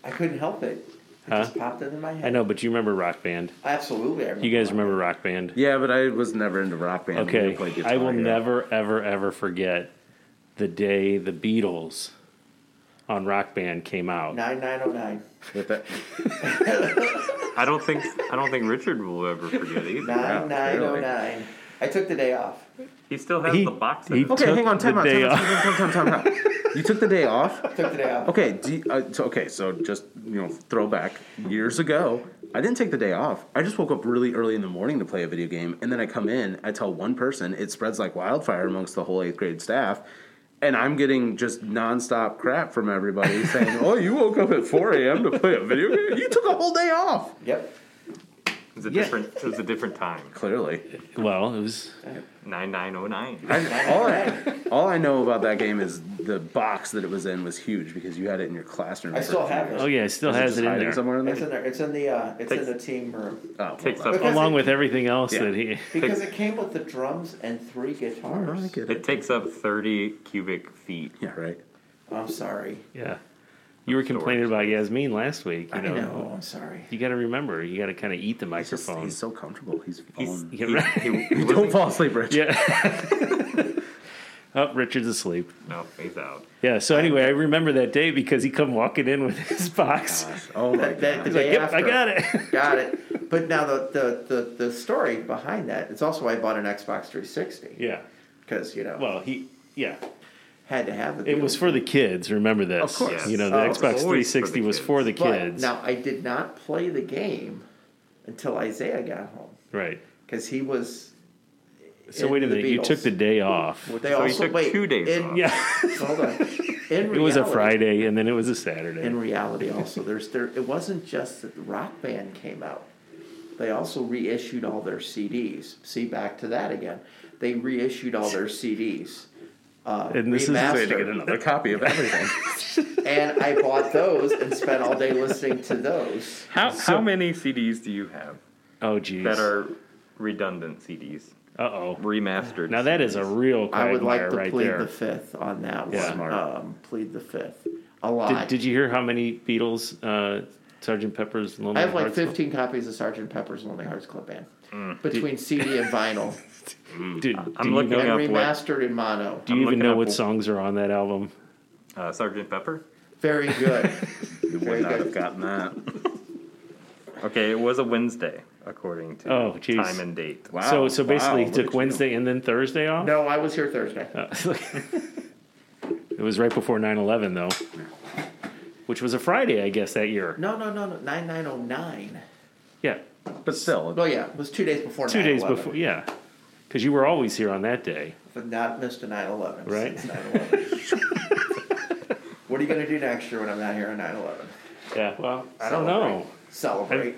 S4: I couldn't help it. It just popped into my head.
S2: I know, but you remember Rock Band.
S4: Absolutely. I remember
S2: You guys
S4: that.
S2: remember Rock Band?
S3: Yeah, but I was never into rock band. We
S2: Okay,
S3: played Guitar
S2: I will
S3: Hero.
S2: never, ever, ever forget the day the Beatles on Rock Band came out.
S4: 9909.
S3: With that,
S1: I don't think I don't think Richard will ever forget either.
S4: 9909. I took the day off.
S1: He still has
S2: He-
S1: the box.
S2: he-
S1: He,
S3: okay,
S2: Took
S3: hang on.
S2: the
S3: Time out.
S2: day
S3: Time out. Time out. Time out. Time out. time out. You took the day off.
S4: Took the day off.
S3: Okay. Do you, uh, so, okay. So just you know, throwback years ago. I didn't take the day off. I just woke up really early in the morning to play a video game, and then I come in. I tell one person. It spreads like wildfire amongst the whole eighth grade staff. And I'm getting just nonstop crap from everybody saying, "Oh, you woke up at 4 a.m. to play a video game. You took a whole day off."
S4: Yep.
S1: it was a different. It was a different time.
S3: Clearly,
S2: Well, it was
S1: Nine nine oh nine.
S3: I, all,
S4: oh
S3: I, all I know about that game is the box that it was in was huge because you had it in your classroom.
S4: I
S3: for
S4: still
S3: a few
S4: have it.
S2: Oh yeah, it still
S3: Is
S2: has
S3: just
S2: it in
S3: hiding
S2: there.
S3: somewhere in there?
S4: It's in there. It's in the uh, it's in
S1: Takes-
S4: the team room.
S3: oh,
S1: Takes
S3: well,
S1: up-
S2: Along with everything else
S3: Yeah.
S2: that he
S4: Because it came with the drums and three guitars.
S2: Oh,
S3: I get
S1: It
S3: it.
S1: takes up thirty cubic feet.
S3: Yeah, right.
S4: I'm sorry.
S2: Yeah. You were complaining about Yasmin last week. You know,
S4: I know. I'm sorry.
S2: you got to remember, you got to kind of eat the
S3: It's just,
S2: microphone.
S3: he's so comfortable. He's
S1: He's,
S3: falling.
S1: he,
S2: Yeah, right.
S1: he- he
S3: You don't
S1: wasn't-
S3: fall asleep, Rich.
S2: yeah. oh, Richard's asleep.
S1: No, he's out.
S2: Yeah. So anyway, I remember that day because he come walking in with his box.
S3: Oh my
S4: That-
S3: god.
S2: He's like,
S4: Day
S2: "Yep, I
S4: after."
S2: got it."
S4: Got it. But now the, the, the, the story behind that, it's also why I bought an Xbox 360.
S2: yeah.
S4: Because, you know,
S2: Well, he. Yeah.
S4: had to have the
S2: It was for the kids. Remember this.
S3: Of course.
S2: You know, the
S4: Oh, it's
S2: Xbox
S1: always for the
S2: 360 was
S1: kids.
S2: for the
S4: But
S2: kids.
S4: Now, I did not play the game until Isaiah got home.
S2: Right.
S4: Because he was.
S2: So
S4: in
S2: wait a
S4: the
S2: minute. You
S4: Beatles.
S2: took the day off.
S1: So
S4: They
S1: he
S4: also
S1: took
S4: wait,
S1: two days
S4: in-
S1: off.
S2: Yeah.
S4: Hold on. In reality,
S2: it was a Friday, and then it was a Saturday.
S4: In reality, also there's there. It wasn't just that the Rock Band came out. They also reissued all their CDs. See back to that again. They reissued all their CDs. Uh,
S2: And this is the way to
S3: Way to get
S4: remastered.
S3: another copy of everything.
S4: and I bought those and spent all day listening to those.
S1: How many CDs do you have
S2: oh, geez.
S1: that are redundant CDs,
S2: Uh oh.
S1: remastered?
S2: Now that is a real
S4: I would
S2: quagmire
S4: like to
S2: right
S4: plead
S2: there.
S4: the fifth on that one.
S2: Yeah.
S3: Smart.
S4: Um, plead the fifth. A lot.
S2: did, did you hear how many Beatles uh, Sergeant Pepper's Lonely
S4: I have like
S2: Hearts Club- Mm.
S4: 15 copies of Sgt. Pepper's Lonely Hearts Club Band between CD and vinyl,
S2: Dude,
S1: I'm
S2: do you
S1: looking
S2: know,
S4: and
S1: up what-
S4: remastered in mono.
S2: do you
S1: I'm
S2: even
S1: looking
S2: know
S1: up-
S2: what songs are on that album?
S1: uh, Sergeant Pepper.
S4: Very good.
S3: you would
S4: Very
S3: not
S4: good.
S3: have gotten that.
S1: Okay, it was a Wednesday according to
S2: Oh, geez.
S1: time and date.
S3: Wow.
S2: so, so basically,
S3: wow,
S2: he
S3: look at
S2: took
S3: you.
S2: Wednesday and then Thursday off.
S4: no, I was here Thursday.
S2: Uh, it was right before 9-11, though, which was a Friday, I guess, that year.
S4: No, no, no, no. 9909.
S2: Yeah,
S3: But still,
S4: Well, yeah, it was two days before
S2: two
S4: 9/11.
S2: days before. Yeah, because you were always here on that day.
S4: But not missed a 9/11.
S2: Right.
S4: Since 9/11. what are you going to do next year when I'm not here on 9/11?
S2: Yeah. Well, I don't know.
S4: Celebrate.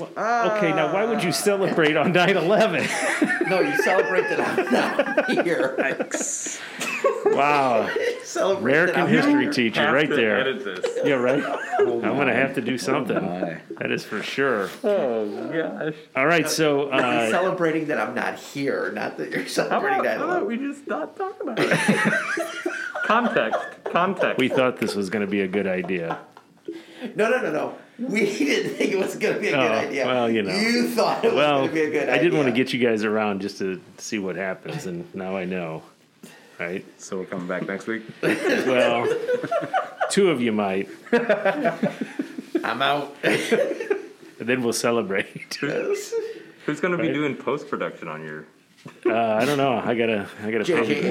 S2: Okay, now why would you celebrate on 9-11?
S4: no, you celebrate that I'm not here.
S2: Wow.
S4: Celebrate that
S2: American
S4: I'm not
S2: history
S4: here.
S2: teacher right there.
S1: Edit this.
S2: Yeah, right? I'm going to have to do something.
S3: Oh my.
S2: That is for sure.
S1: Oh gosh.
S2: All right, so
S4: I'm
S2: uh,
S4: celebrating that I'm not here, not that you're
S1: How
S4: celebrating
S1: about,
S4: that.
S1: how about we just not talk about it? context. Context.
S2: we thought this was going to be a good idea.
S4: No, no, no, no. We didn't think it was going to be a good
S2: Oh,
S4: idea.
S2: well, you know.
S4: You thought it was
S2: Well,
S4: going to be a good idea.
S2: I did want to get you guys around just to see what happens, and now I know. Right?
S3: So we're coming back next week.
S2: Well, two of you might.
S4: I'm out.
S2: and then we'll celebrate. uh,
S1: Who's going to be doing post production on your
S2: Uh, I don't know. I gotta, I gotta
S4: J.J.
S2: pay the good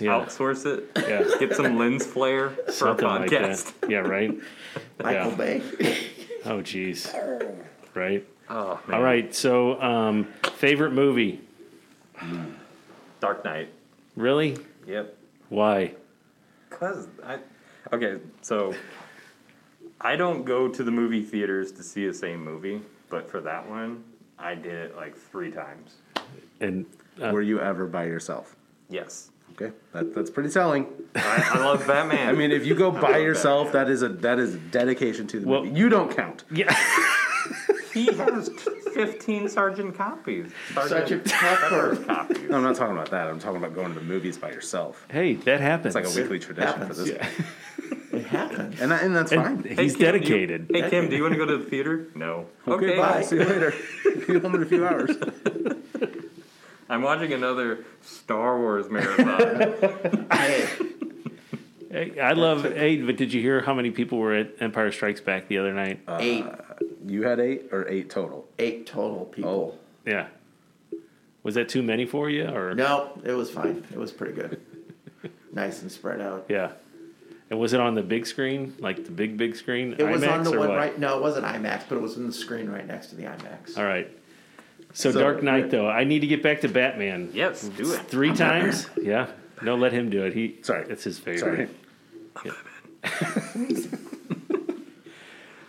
S2: ones. Yeah,
S1: outsource it?
S2: yeah,
S1: Get some lens flare for
S2: something
S1: a
S2: like
S1: podcast.
S2: that. Yeah, right.
S4: Michael
S2: Yeah.
S4: Bay.
S2: Oh, jeez. Right.
S1: Oh, man.
S2: All right. So, um, favorite movie?
S1: Dark Knight.
S2: Really?
S1: Yep.
S2: Why?
S1: Cause I, okay, so I don't go to the movie theaters to see the same movie, but for that one, I did it like three times.
S2: And uh,
S3: Were you ever by yourself?
S1: Yes,
S3: Okay, that, that's pretty telling.
S1: I, I love Batman.
S3: I mean, if you go by
S1: love
S3: yourself, that is a that is dedication to the
S2: Well-
S3: movie. You don't count.
S2: yeah,
S1: he has fifteen Sergeant copies.
S4: Such a
S1: Sergeant
S4: pepper.
S1: copies.
S3: No, I'm not talking about that. I'm talking about going to the movies by yourself.
S2: hey, that happens.
S3: It's like a weekly tradition
S4: happens,
S3: for this,
S4: It happens.
S3: and that, and that's
S2: And
S3: fine.
S2: he's
S1: Hey, Kim, do you-
S2: dedicated.
S1: hey Kim, do you want to go to the theater? No. Okay,
S3: Okay,
S4: bye.
S3: bye. See you later. See you home in a few hours.
S1: I'm watching another Star Wars marathon.
S4: Hey,
S2: Hey, I love. Hey, but did you hear how many people were at Empire Strikes Back the other night?
S4: eight,
S3: You had eight or eight total. Oh,
S4: eight total people.
S2: yeah. Was that too many for you, or
S4: No, it was fine. It was pretty good. nice and spread out.
S2: yeah? And was it on the big screen, like the big big screen?
S4: It was on the
S2: or
S4: one
S2: what?
S4: right. No, it wasn't IMAX, but it was in the screen right next to the IMAX.
S2: All right. So,
S3: So-
S2: Dark Knight, though, I need to get back to Batman.
S1: yes, do it.
S2: Three times? Yeah. No, let him do it. He
S3: Sorry.
S2: It's his
S3: Sorry.
S2: favorite.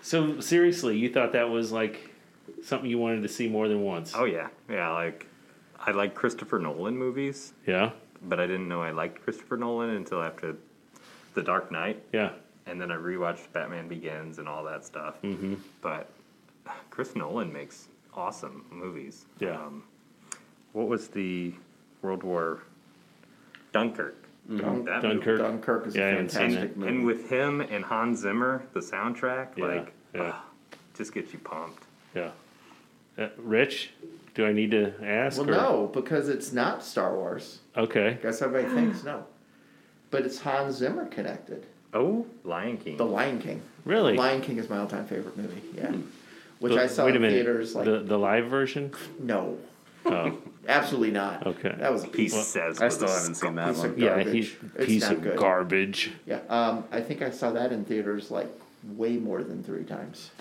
S2: So seriously, you thought that was like something you wanted to see more than once?
S1: Oh yeah, yeah. Like I like Christopher Nolan movies.
S2: Yeah.
S1: but I didn't know I liked Christopher Nolan until after The Dark Knight,
S2: Yeah.
S1: and then I rewatched Batman Begins and all that stuff. Mm-hmm. But Chris Nolan makes awesome movies. Um,
S2: Yeah.
S1: what was the World War Dunkirk?
S4: Dun-
S1: That movie.
S2: Dunkirk.
S4: Dunkirk is
S2: Yeah, I
S4: a
S2: haven't seen
S1: And,
S4: fantastic movie.
S1: and with him and Hans Zimmer, the soundtrack,
S2: Yeah,
S1: like,
S2: yeah.
S1: ah, just gets you pumped.
S2: Yeah. Uh, Rich, do I need to ask?
S4: well,
S2: or-
S4: no, because it's not Star Wars.
S2: Okay.
S4: I guess everybody thinks no, but it's Hans Zimmer connected.
S1: Oh, Lion King.
S4: The Lion King.
S2: Really?
S4: Lion King is my all-time favorite movie. Yeah, which
S2: The-
S4: I saw
S2: wait a
S4: in
S2: minute.
S4: theaters. Like
S2: the the live version.
S4: no,
S2: Oh,
S4: absolutely not.
S2: Okay.
S4: that was a
S1: he
S4: piece.
S1: says,
S3: I
S1: with
S3: still
S1: a
S3: haven't seen that
S4: Piece of
S3: one.
S2: yeah.
S4: garbage.
S2: He's
S4: It's
S2: piece
S4: not
S2: of
S4: good.
S2: garbage.
S4: Yeah, um, I think I saw that in theaters like way more than three times.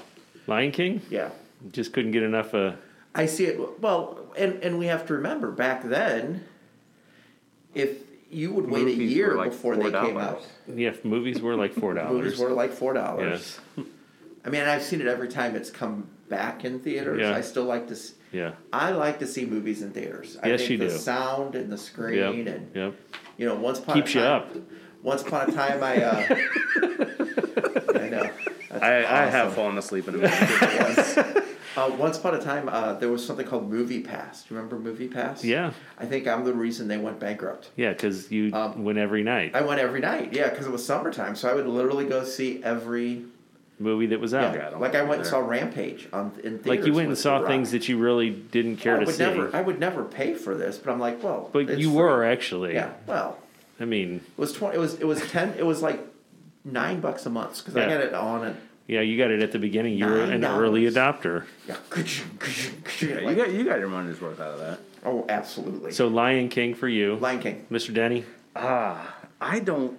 S2: Lion King.
S4: Yeah,
S2: Just couldn't get enough. Uh,
S4: I see it. Well, and and we have to remember back then, if you would wait a
S1: Movies
S4: year
S1: were, like,
S4: before they came
S1: $4.
S4: out,
S2: yeah. Movies were like four
S4: movies
S2: dollars.
S4: were like four dollars.
S2: Yes.
S4: I mean, I've seen it every time it's come back in theaters.
S2: Yeah.
S4: I still like to. s
S2: Yeah.
S4: I like to see movies in theaters. I
S2: Yes,
S4: think
S2: you
S4: the
S2: do.
S4: sound and the screen
S2: Yep.
S4: and
S2: Yep.
S4: you know once upon
S2: Keeps
S4: a
S2: you
S4: time,
S2: up.
S4: Once upon a time, I. Uh, I know. That's
S3: I, I have
S4: awesome.
S3: fallen asleep in a movie.
S4: Uh, once upon a time, uh, there was something called Movie Pass. Do you remember Movie Pass?
S2: Yeah.
S4: I think I'm the reason they went bankrupt.
S2: Yeah, because you
S4: Um,
S2: win every night.
S4: I went every night, yeah, because it was summertime, so I would literally go see every.
S2: movie that was
S4: Yeah,
S2: out.
S3: God, I don't
S4: like I went
S3: like
S4: and
S3: that.
S4: saw Rampage on in theaters.
S2: Like you went and
S4: with The
S2: saw
S4: Rock.
S2: things that you really didn't care
S4: I
S2: to
S4: would
S2: see.
S4: never, I would never pay for this, but I'm like, well,
S2: but
S4: it's
S2: you
S4: free.
S2: were actually.
S4: yeah. Well,
S2: I mean,
S4: it was twenty. It was it was ten. It was like nine bucks a month because I
S2: Yeah.
S4: got it on it.
S2: yeah, you got it at the beginning. You were an
S4: Nine
S2: early adopter.
S4: Yeah,
S3: Yeah, you
S4: like-
S3: got you got your money's worth out of that.
S4: oh, absolutely.
S2: So Lion King for you,
S4: Lion King.
S2: Mr. Denny.
S3: Ah, I don't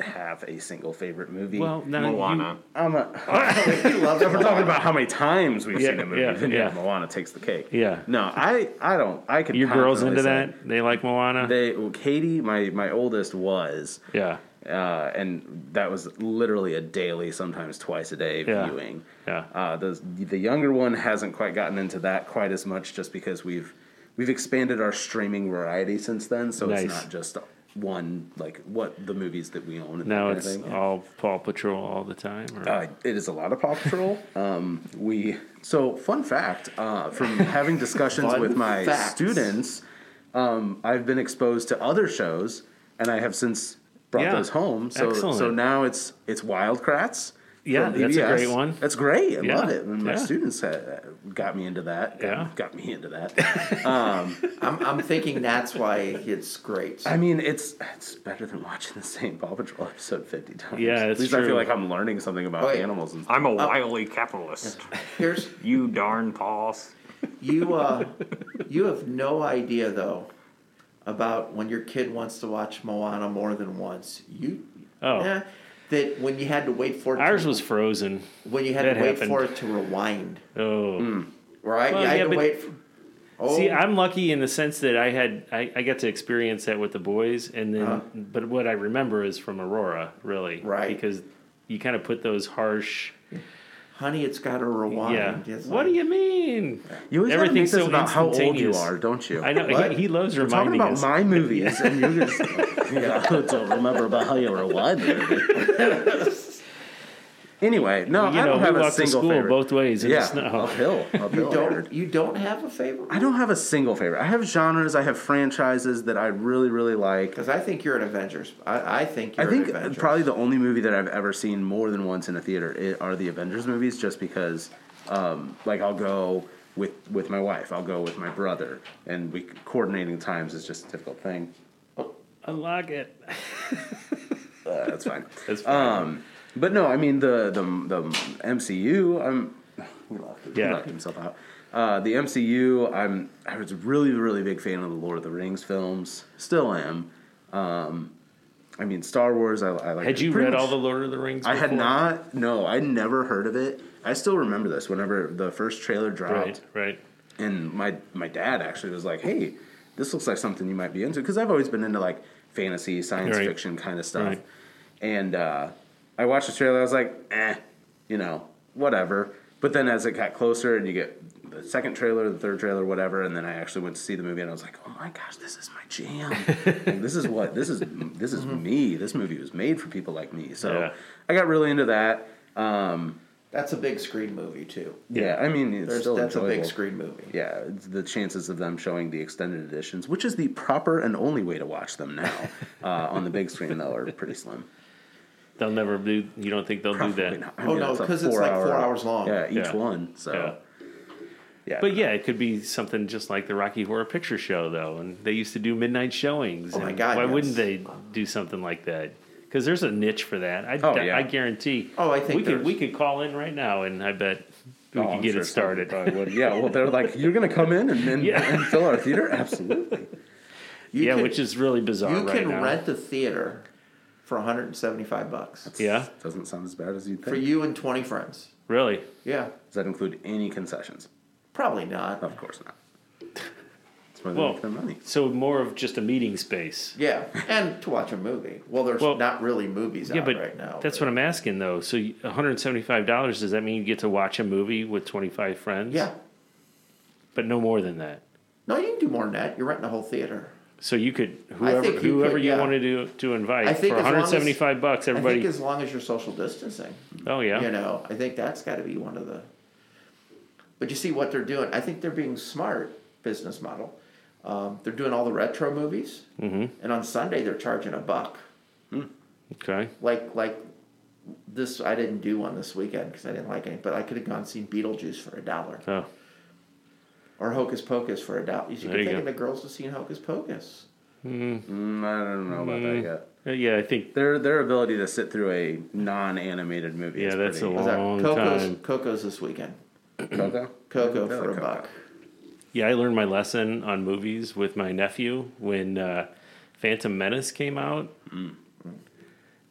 S3: have a single favorite movie.
S2: Well, now
S1: Moana.
S3: I'm a.
S4: He loves
S3: We're
S4: it.
S3: talking about how many times we've
S2: Yeah,
S3: seen a movie.
S2: yeah,
S3: then
S2: yeah.
S3: Moana takes the cake.
S2: Yeah.
S3: No, I I don't. I could.
S2: You, your girls into
S3: confidently say-
S2: that? They like Moana.
S3: They well, Katie, my my oldest was,
S2: yeah,
S3: uh, and that was literally a daily, sometimes twice a day
S2: Yeah.
S3: viewing.
S2: yeah,
S3: Uh, the the younger one hasn't quite gotten into that quite as much, just because we've we've expanded our streaming variety since then. So
S2: Nice.
S3: it's not just one like what the movies that we own. And
S2: now
S3: that kind of
S2: it's
S3: thing.
S2: all Paw Patrol all the time. Or,
S3: Uh, it is a lot of Paw Patrol. um, we so fun fact uh, from having discussions
S4: Fun
S3: with my
S4: facts.
S3: students, um, I've been exposed to other shows, and I have since brought
S2: Yeah.
S3: those home. So
S2: Excellent.
S3: so now it's it's Wildcrats,
S2: Yeah,
S3: from
S2: that's a
S3: PBS.
S2: great one.
S3: That's great. I
S2: Yeah.
S3: love it. And my
S2: Yeah.
S3: students had, got me into that. Got,
S2: Yeah.
S3: got me into that. um,
S4: I'm, I'm thinking that's why it's great.
S3: I mean, it's it's better than watching the same Paw Patrol episode fifty times.
S2: Yeah, it's
S3: at least I
S2: true.
S3: feel like I'm learning something about
S4: Oh, yeah.
S3: animals and stuff.
S1: I'm a wily capitalist.
S4: Here's
S1: you darn paws.
S4: you. Uh, you have no idea though about when your kid wants to watch Moana more than once. You
S2: Oh.
S4: eh, that when you had to wait for it
S2: Ours
S4: to,
S2: was frozen.
S4: when you had
S2: that
S4: to wait
S2: happened.
S4: for it to rewind.
S2: Oh.
S3: Mm.
S4: Right?
S2: Well,
S4: you had
S2: yeah,
S4: to
S2: but-
S4: wait. For, oh,
S2: See, I'm lucky in the sense that I had I, I got to experience that with the boys, and then
S3: Uh-huh.
S2: but what I remember is from Aurora, really,
S4: Right.
S2: Because you kind of put those harsh,
S4: honey, it's got to rewind.
S2: yeah.
S4: It's
S2: What
S4: like-
S2: do you mean?
S3: You always gotta make
S2: Everything's
S3: this
S2: so
S3: about how old you
S2: instantaneous.
S3: are, don't you?
S2: I know
S4: What?
S2: he, he loves
S3: We're talking
S2: reminding
S3: about
S2: us.
S3: my movies, and you just I don't remember about how you were one. anyway, no,
S2: you
S3: I
S2: know,
S3: don't
S2: we
S3: have a
S2: walked to
S3: single
S2: school
S3: favorite.
S2: both ways in
S3: yeah,
S2: the snow.
S3: uphill, uphill.
S4: You
S3: favorite.
S4: don't. You don't have a favorite.
S3: I don't have a single favorite. I have genres. I have franchises that I really, really like.
S4: Because I think you're an Avengers. I, I think
S3: I
S4: you're
S3: think
S2: uh,
S4: an Avengers.
S3: probably the only movie that I've ever seen more than once in a theater i- are the Avengers movies, just because, um, like, I'll go with with my wife, I'll go with my brother, and we coordinating times is just a difficult thing.
S2: Unlock it.
S3: Uh, that's fine.
S2: That's fine.
S3: But no, I mean the the the MCU. I'm we locked, he
S2: Yeah.
S3: locked himself out. Uh, the MCU. I'm I was really really big fan of the Lord of the Rings films. Still am. Um, I mean Star Wars. I, I like.
S2: had you read all the Lord of the Rings?
S3: I had
S2: before?
S3: not. No, I never heard of it. I still remember this. Whenever the first trailer dropped,
S2: Right, right.
S3: and my my dad actually was like, "Hey, this looks like something you might be into," because I've always been into like fantasy, science
S2: Right.
S3: fiction kind of stuff.
S2: Right.
S3: And uh, I watched the trailer. I was like, "Eh, you know, whatever." But then as it got closer, and you get the second trailer, the third trailer, whatever, and then I actually went to see the movie, and I was like, "Oh my gosh, this is my jam! Like, this is what this is this is me. This movie was made for people like me." So
S2: Mm-hmm. Yeah.
S3: I got really into that. Um,
S4: that's a big screen movie too.
S3: yeah, I mean, it's
S4: There's,
S3: still
S4: that's a big
S3: enjoyable.
S4: screen movie.
S3: Yeah, it's the chances of them showing the extended editions, which is the proper and only way to watch them now uh, on the big screen, though, are pretty slim.
S2: They'll never do. You don't think they'll do that?
S3: not. I
S4: Oh, no,
S3: a
S4: 'cause it's like four
S3: four-hour-
S4: hours long.
S3: Yeah, each
S2: Yeah.
S3: one. So
S2: Yeah.
S3: yeah,
S2: But yeah, it could be something just like the Rocky Horror Picture Show, though. And they used to do midnight showings.
S4: Oh my
S2: and
S4: God,
S2: Why
S4: yes.
S2: wouldn't they do something like that? Because there's a niche for that. I,
S3: Oh, yeah.
S2: I guarantee.
S4: Oh, I think
S2: we could
S4: there's-
S2: we could call in right now, and I bet we
S3: Oh,
S2: could
S3: I'm
S2: get
S3: sure
S2: it started.
S3: somebody probably would. Yeah, well, they're like, you're going to come in and, and,
S2: Yeah.
S3: and fill our theater? Absolutely.
S4: You
S2: Yeah,
S4: can-
S2: which is really bizarre
S4: you
S2: right
S4: can
S2: now.
S4: rent a theater for 175 bucks
S2: yeah,
S3: Doesn't sound as bad as you'd
S4: for
S3: think.
S4: you and 20 friends.
S2: really.
S4: Yeah,
S3: Does that include any concessions?
S4: probably not.
S3: Of course not. That's why they
S2: Well,
S3: make their money.
S2: so more of just a meeting space.
S4: Yeah, and to watch a movie. Well, there's
S2: Well,
S4: not really movies
S2: Yeah,
S4: out
S2: but
S4: right now.
S2: that's what I'm asking though. So you- $175 does that mean you get to watch a movie with 25 friends?
S4: Yeah.
S2: but no more than that.
S4: No, you can do more than that. You're renting a whole theater.
S2: So you could whoever
S4: think you
S2: whoever
S4: could,
S2: you
S4: yeah.
S2: wanted to to invite
S4: I think
S2: for
S4: as long as-
S2: 175 bucks,
S4: I
S2: everybody.
S4: think as long as you're social distancing.
S2: oh yeah,
S4: You know, I think that's got to be one of the. But you see what they're doing. I think they're being smart business model. Um, they're doing all the retro movies,
S2: Mm-hmm.
S4: and on Sunday they're charging a buck.
S2: okay.
S4: Like like this, I didn't do one this weekend because I didn't like any. But I could have gone and seen Beetlejuice for a dollar
S2: Oh,
S4: or Hocus Pocus for a dollar. You should
S2: There
S4: be
S2: you
S4: taking
S2: go.
S4: the girls to see Hocus Pocus.
S3: Mm, I don't know about that yet.
S2: Uh, yeah. I think
S3: Their, their ability to sit through a non-animated movie
S2: Yeah,
S3: is
S2: that's
S3: pretty,
S2: a
S4: Was that
S2: Long
S4: Coco's?
S2: time.
S4: Coco's this weekend.
S3: Coco?
S4: Coco
S3: Yeah,
S4: for a
S3: Coco.
S4: buck.
S2: yeah. I learned my lesson on movies with my nephew when uh, Phantom Menace came out.
S4: Mm.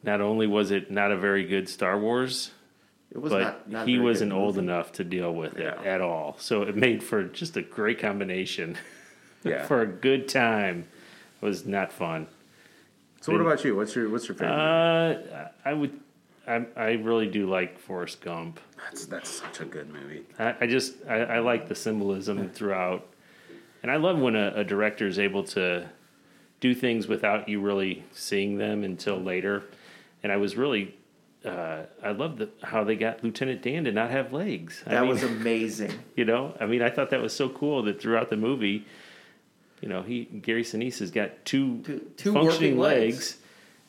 S2: Not only was it not a very good Star Wars,
S4: It was
S2: but
S4: not. not a
S2: he
S4: very
S2: wasn't
S4: good
S2: old
S4: movie.
S2: enough to deal with it
S3: Yeah.
S2: at all. So it made for just a great combination
S3: Yeah.
S2: for a good time. It was not fun.
S3: So what about you? What's your what's
S4: Mm-hmm.
S3: your favorite?
S2: Uh, I would. I, I really do like Forrest Gump.
S3: that's that's such a good movie.
S2: I, I just I, I like the symbolism throughout, and I love when a, a director is able to do things without you really seeing them until later. And I was really uh, I loved the, how they got Lieutenant Dan to not have legs. I
S4: That
S2: mean,
S4: was amazing.
S2: you know I mean I thought that was so cool that throughout the movie, you know he Gary Sinise has got two
S4: Two- two
S2: functioning
S4: working legs.
S2: legs.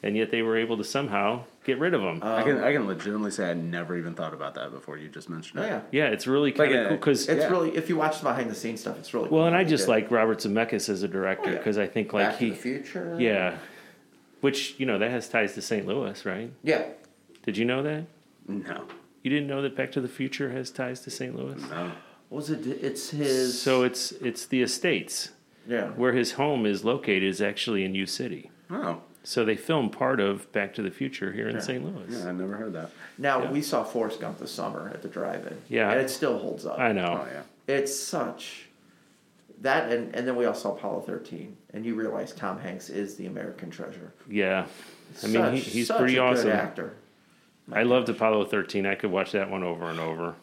S2: and yet they were able to somehow get rid of them.
S4: Um,
S3: I can I can legitimately say I never even thought about that before you just mentioned it.
S4: Oh, Yeah.
S2: yeah, it's really kind of
S3: a-
S2: cool because
S4: It's
S3: Yeah.
S4: really if you watch the behind the scenes stuff, it's really
S2: well,
S4: cool
S2: and I
S4: what
S2: just
S4: they
S2: like
S4: did.
S2: Robert Zemeckis as a director
S4: Oh, yeah.
S2: because I think like
S4: Back
S2: he,
S4: to the Future.
S2: yeah, which you know that has ties to St. Louis, right?
S4: Yeah.
S2: Did you know that?
S3: No.
S2: You didn't know that Back to the Future has ties to St. Louis?
S3: No.
S4: What was it? It's his.
S2: So it's it's the estates
S4: yeah.
S2: where his home is located is actually in U City.
S3: Oh.
S2: So they filmed part of Back to the Future here in St. Louis.
S3: Yeah, I never heard that.
S4: Now
S2: Yeah.
S4: we saw Forrest Gump this summer at the drive-in.
S2: Yeah.
S4: and it still holds up.
S2: I know.
S3: Oh yeah.
S4: It's such that, and and then we all saw Apollo thirteen, and you realize Tom Hanks is the American treasure.
S2: Yeah. I mean,
S4: Such-
S2: he, he's
S4: such
S2: pretty
S4: a good
S2: awesome.
S4: actor.
S2: I loved Apollo 13. I could watch that one over and over.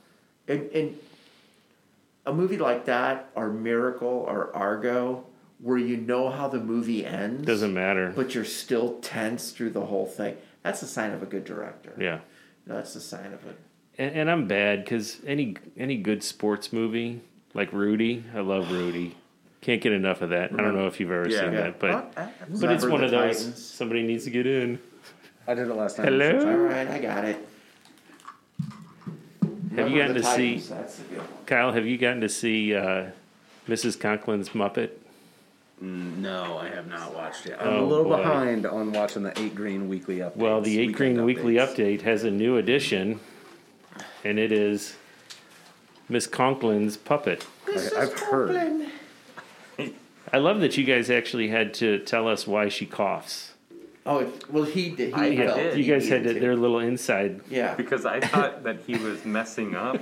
S4: And, and a movie like that, or Miracle, or Argo, where you know how the movie ends,
S2: Doesn't matter.
S4: but you're still tense through the whole thing. That's a sign of a good director.
S2: Yeah.
S4: That's the sign of it.
S2: And, and I'm bad because any any good sports movie like Rudy, I love Rudy. Can't get enough of that. I don't know if you've ever
S3: Yeah.
S2: seen
S3: Yeah.
S2: that, but
S4: Well, I- I
S2: but it's
S4: remember
S2: one
S4: the
S2: of those.
S4: Titans.
S2: Somebody needs to get in.
S3: I did it last time.
S4: All
S2: Hello.
S4: right, I got it.
S2: Have you gotten
S4: Remember the
S2: to see
S4: Titans, That's the good one.
S2: Kyle? Have you gotten to see uh, Mrs. Conklin's Muppet?
S3: No, I have not watched it. I'm
S2: Oh,
S3: a little
S2: boy.
S3: behind on watching the Eight Green Weekly Update.
S2: Well, the Eight Green Weekly Update has a new edition, and it is Miss Conklin's puppet.
S3: I, have heard.
S2: I love that you guys actually had to tell us why she coughs.
S4: Oh, it- well, he did. He
S1: I
S4: felt
S1: did.
S4: he
S2: You guys had
S4: needed
S2: to, their little inside.
S4: Yeah.
S1: because I thought that he was messing up,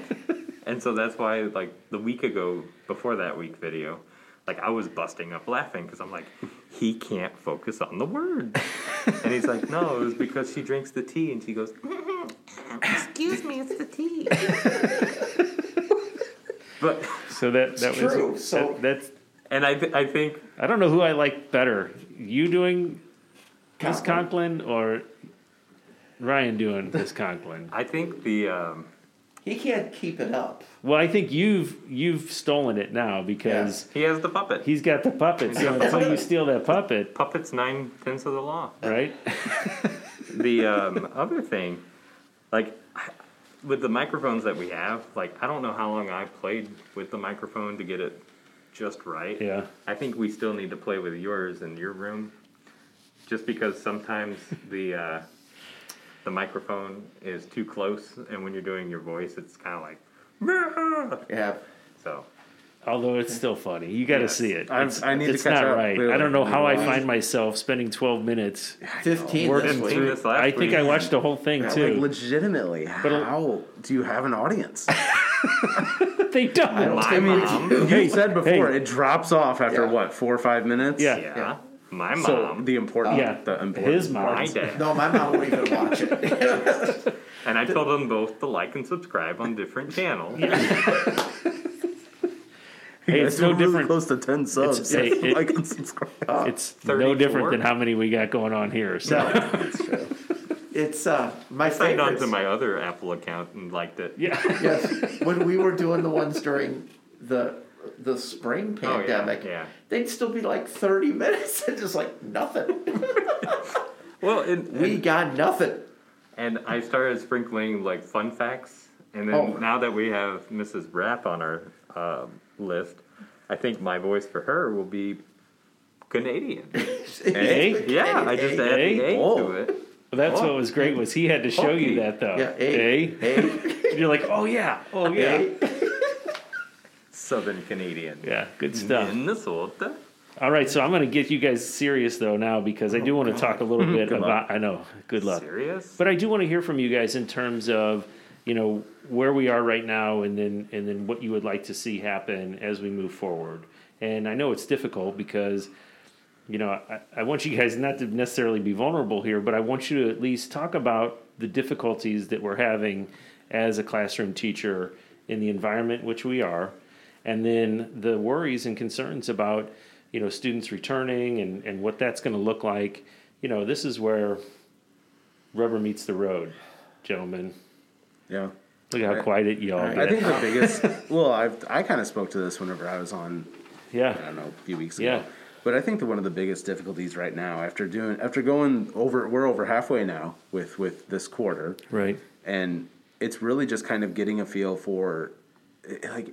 S1: and so that's why like the week ago before that week video, like I was busting up laughing because I'm like, he can't focus on the words, and he's like, no, it was because she drinks the tea and she goes, "Mm-hmm. excuse me, it's the tea. but
S2: So that that was
S4: true, so-
S2: that- that's.
S1: and I th- I think
S2: I don't know who I like better, you doing Miss
S4: Conklin.
S2: Conklin or Ryan doing Miss Conklin.
S1: I think the um,
S4: He can't keep it up.
S2: Well, I think you've you've stolen it now because
S1: he has the puppet.
S2: he's got the puppet. So until you steal that puppet,
S1: Puppets nine tenths of the law.
S2: right?
S1: the um, other thing, like I- with the microphones that we have, like I don't know how long I played with the microphone to get it just right.
S2: Yeah.
S1: I think we still need to play with yours in your room, just because sometimes the uh, the microphone is too close, and when you're doing your voice, it's kind of like. "Meh."
S4: Yeah.
S1: So
S2: Although it's still funny, you got to
S1: Yes.
S2: see it.
S3: I've-
S2: It's,
S3: I need to
S2: it's
S3: catch
S2: not
S3: up,
S2: right.
S3: clearly.
S2: I don't know how I
S3: Otherwise-
S2: find myself spending 12 minutes.
S4: 15
S2: working
S4: this week.
S1: Seen this last
S2: I think
S1: week.
S2: I watched the whole thing
S3: Like
S2: too.
S3: legitimately, how do you have an audience?
S2: they don't.
S1: my mom,
S3: you said before
S2: Hey.
S3: it drops off after
S4: Yeah.
S3: what four or five minutes.
S2: Yeah.
S1: yeah, my mom,
S3: So the important,
S2: Yeah.
S3: the important
S2: His mom.
S1: my dad.
S4: No, my mom won't even watch it.
S1: And I told them both to like and subscribe on different channels.
S2: Hey, it's no different.
S3: Close to ten
S2: It's-
S3: subs.
S2: hey, it-
S3: like and subscribe.
S2: It's
S1: 34.
S2: no different than how many we got going on here. So
S4: No, that's true. It's uh, my
S1: signed on
S4: favorite.
S1: to my other Apple account and liked it.
S2: yeah,
S4: yes, when we were doing the ones during the the spring
S1: Oh, yeah,
S4: pandemic,
S1: yeah.
S4: they'd still be like 30 minutes and just like nothing.
S1: Well, and,
S4: We got nothing.
S1: and I started sprinkling like fun facts, and then
S4: Oh.
S1: now that we have Mrs. Rapp on our um, list, I think my voice for her will be Canadian.
S2: Eh?
S1: yeah, I just add
S2: Eh?
S1: the A
S4: Oh.
S1: to it.
S2: that's what was great was he had to show
S1: Hockey.
S2: you that though.
S4: Yeah, hey,
S2: Eh?
S4: hey,
S2: You're like, oh yeah, oh yeah,
S4: hey.
S1: Southern Canadian.
S2: yeah, good stuff.
S3: Mm-hmm.
S1: Minnesota.
S2: All right, so I'm going to get you guys serious though now because I do
S3: Oh,
S2: want to talk a little bit about. I know, good luck.
S1: Serious?
S2: But I do want to hear from you guys in terms of you know where we are right now, and then and then what you would like to see happen as we move forward. And I know it's difficult because you know I, I want you guys not to necessarily be vulnerable here, but I want you to at least talk about the difficulties that we're having as a classroom teacher in the environment in which we are, and then the worries and concerns about you know students returning and and what that's going to look like. You know, this is where rubber meets the road, gentlemen.
S3: Yeah.
S2: Look how quiet it y'all
S4: Alright.
S2: get.
S4: Yeah.
S3: I think the biggest. Well, I've, I kind of spoke to this whenever I was on. I
S2: yeah,
S3: don't know a few weeks ago.
S2: yeah.
S3: But I think that one of the biggest difficulties right now, after doing, after going over, we're over halfway now with with this quarter,
S2: Right.
S3: and it's really just kind of getting a feel for, eh, like,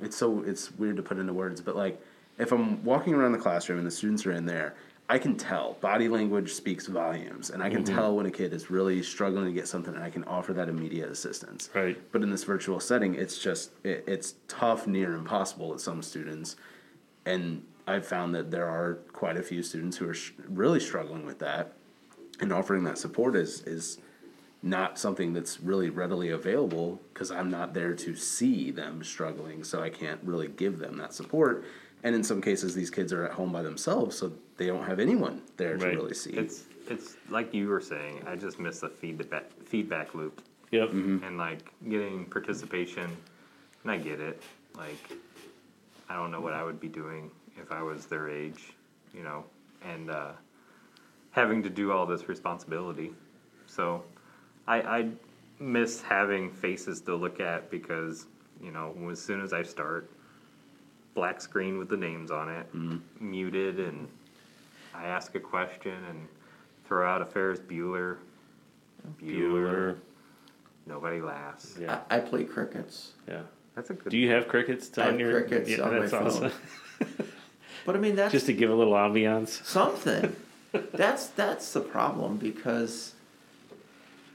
S3: it's so it's weird to put into words, but like, if I'm walking around the classroom and the students are in there, I can tell body language speaks volumes, and I can tell when a kid is really struggling to get something, and I can offer that immediate assistance.
S2: Right.
S3: But in this virtual setting, it's just it, it's tough, near impossible with some students, and I've found that there are quite a few students who are sh- really struggling with that, and offering that support is is not something that's really readily available because I'm not there to see them struggling, so I can't really give them that support. And in some cases, these kids are at home by themselves, so they don't have anyone there to
S2: Right.
S3: really see.
S1: It's it's like you were saying. I just miss the feedback feedback loop
S2: Yep.
S4: Mm-hmm.
S1: and like getting participation. And I get it. Like I don't know what I would be doing if I was their age, you know, and uh, having to do all this responsibility. So I, I miss having faces to look at because you know as soon as I start, black screen with the names on it, muted, and I ask a question and throw out a Ferris Bueller.
S2: Bueller.
S1: Nobody laughs.
S2: Yeah.
S4: I, I play crickets.
S2: Yeah.
S1: That's a good.
S2: Do you have crickets
S4: I
S2: on
S4: have
S2: your
S4: crickets
S2: Yeah,
S4: on my
S2: that's
S4: phone.
S2: awesome.
S4: But I mean, that's
S2: Just to give a little ambiance.
S4: something. that's that's the problem because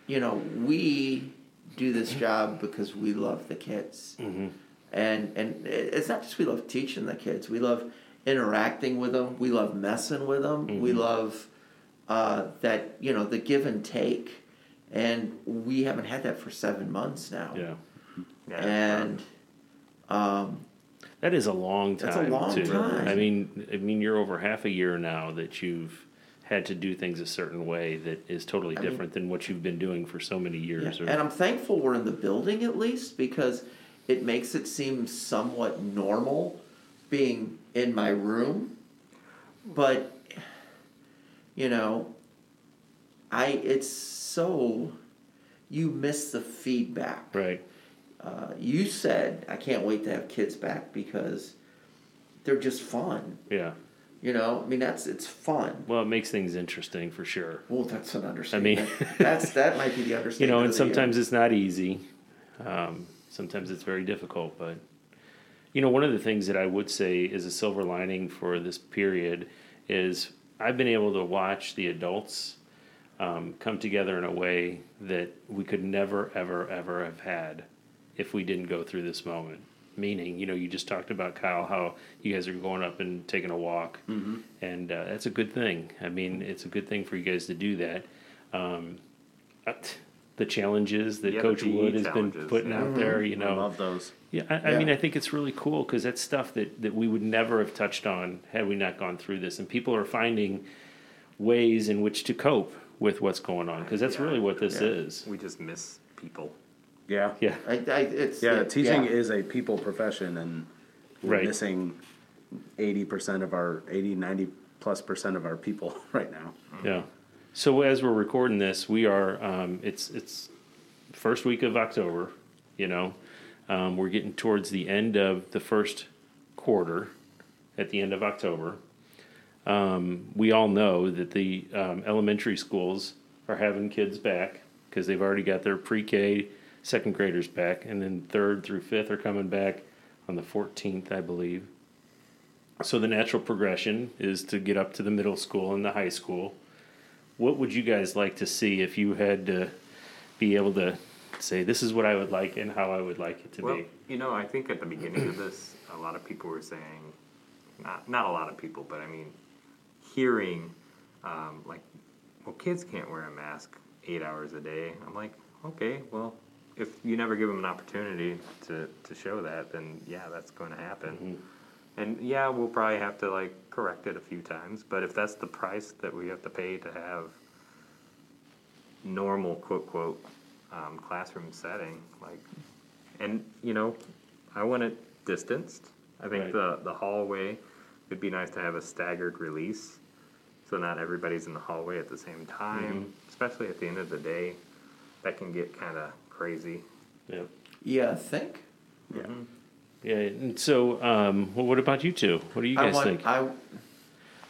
S4: you know we do this job because we love the kids, and and it- it's not just we love teaching the kids. We love interacting with them. We love messing with them. We love uh, that you know the give and take, and we haven't had that for seven months now.
S2: Yeah.
S1: Yeah,
S4: and um,
S2: That is a long time.
S4: That's a long
S2: too.
S4: time.
S2: I mean, I mean, you're over half a year now that you've had to do things a certain way that is totally
S4: mean-
S2: different than what you've been doing for so many years.
S4: Yeah,
S2: or-
S4: And I'm thankful we're in the building at least because it makes it seem somewhat normal being in my room. But you know, I it's so you miss the feedback.
S2: right.
S4: Uh, you said I can't wait to have kids back because they're just fun.
S2: Yeah.
S4: You know, I mean that's it's fun.
S2: Well, it makes things interesting for sure.
S4: Well, that's an understatement.
S2: mean-
S4: that's that might be the
S2: You
S4: understatement.
S2: know, and
S4: of the year.
S2: sometimes it's not easy. Um, sometimes it's very difficult, but you know, one of the things that I would say is a silver lining for this period is I've been able to watch the adults um, come together in a way that we could never, ever, ever have had if we didn't go through this moment. Meaning, you know, you just talked about Kyle, how you guys are going up and taking a walk,
S1: Mm-hmm.
S2: and uh, that's a good thing. I mean, it's a good thing for you guys to do that. Um, uh, t- the challenges that
S1: Yeah, the
S2: Coach
S1: PE
S2: Wood has been
S1: challenges. Mm-hmm.
S2: putting out there, you know,
S3: I love those.
S2: yeah, I, I
S4: Yeah.
S2: mean, I think it's really cool because that's stuff that, that we would never have touched on had we not gone through this. And people are finding ways in which to cope with what's going on because that's
S1: Yeah.
S2: really what this
S4: Yeah.
S2: is.
S1: We just miss people.
S3: Yeah.
S2: Yeah,
S4: I, I, it's
S3: Yeah, teaching
S4: yeah.
S3: is a people profession, and we're
S2: Right.
S3: missing 80% of our 80, 90 plus percent of our people right now.
S2: yeah. So as we're recording this, we are um, it's it's first week of October. You know, um, we're getting towards the end of the first quarter. At the end of October, we all know that the um, elementary schools are having kids back because they've already got their pre-K second graders back, and then third through fifth are coming back on the 14th, I believe. So the natural progression is to get up to the middle school and the high school. What would you guys like to see if you had to be able to say this is what I would like and how I would like it to
S1: Well,
S2: be?
S1: you know, I think at the beginning of this, a lot of people were saying, not not a lot of people, but I mean, hearing um, like, well, kids can't wear a mask eight hours a day. I'm like, okay, well, if you never give them an opportunity to to show that, then yeah, that's going to happen. And yeah, we'll probably have to like correct it a few times, but if that's the price that we have to pay to have normal quote quote um, classroom setting, like, and you know, I want it distanced. I think
S2: Right.
S1: the the hallway would be nice to have a staggered release, so not everybody's in the hallway at the same time. Especially at the end of the day, that can get kind of crazy.
S2: Yeah.
S4: Yeah, I think.
S2: Yeah. And so, um, well, what about you two? What do you
S4: I
S2: guys
S4: want,
S2: think?
S4: I,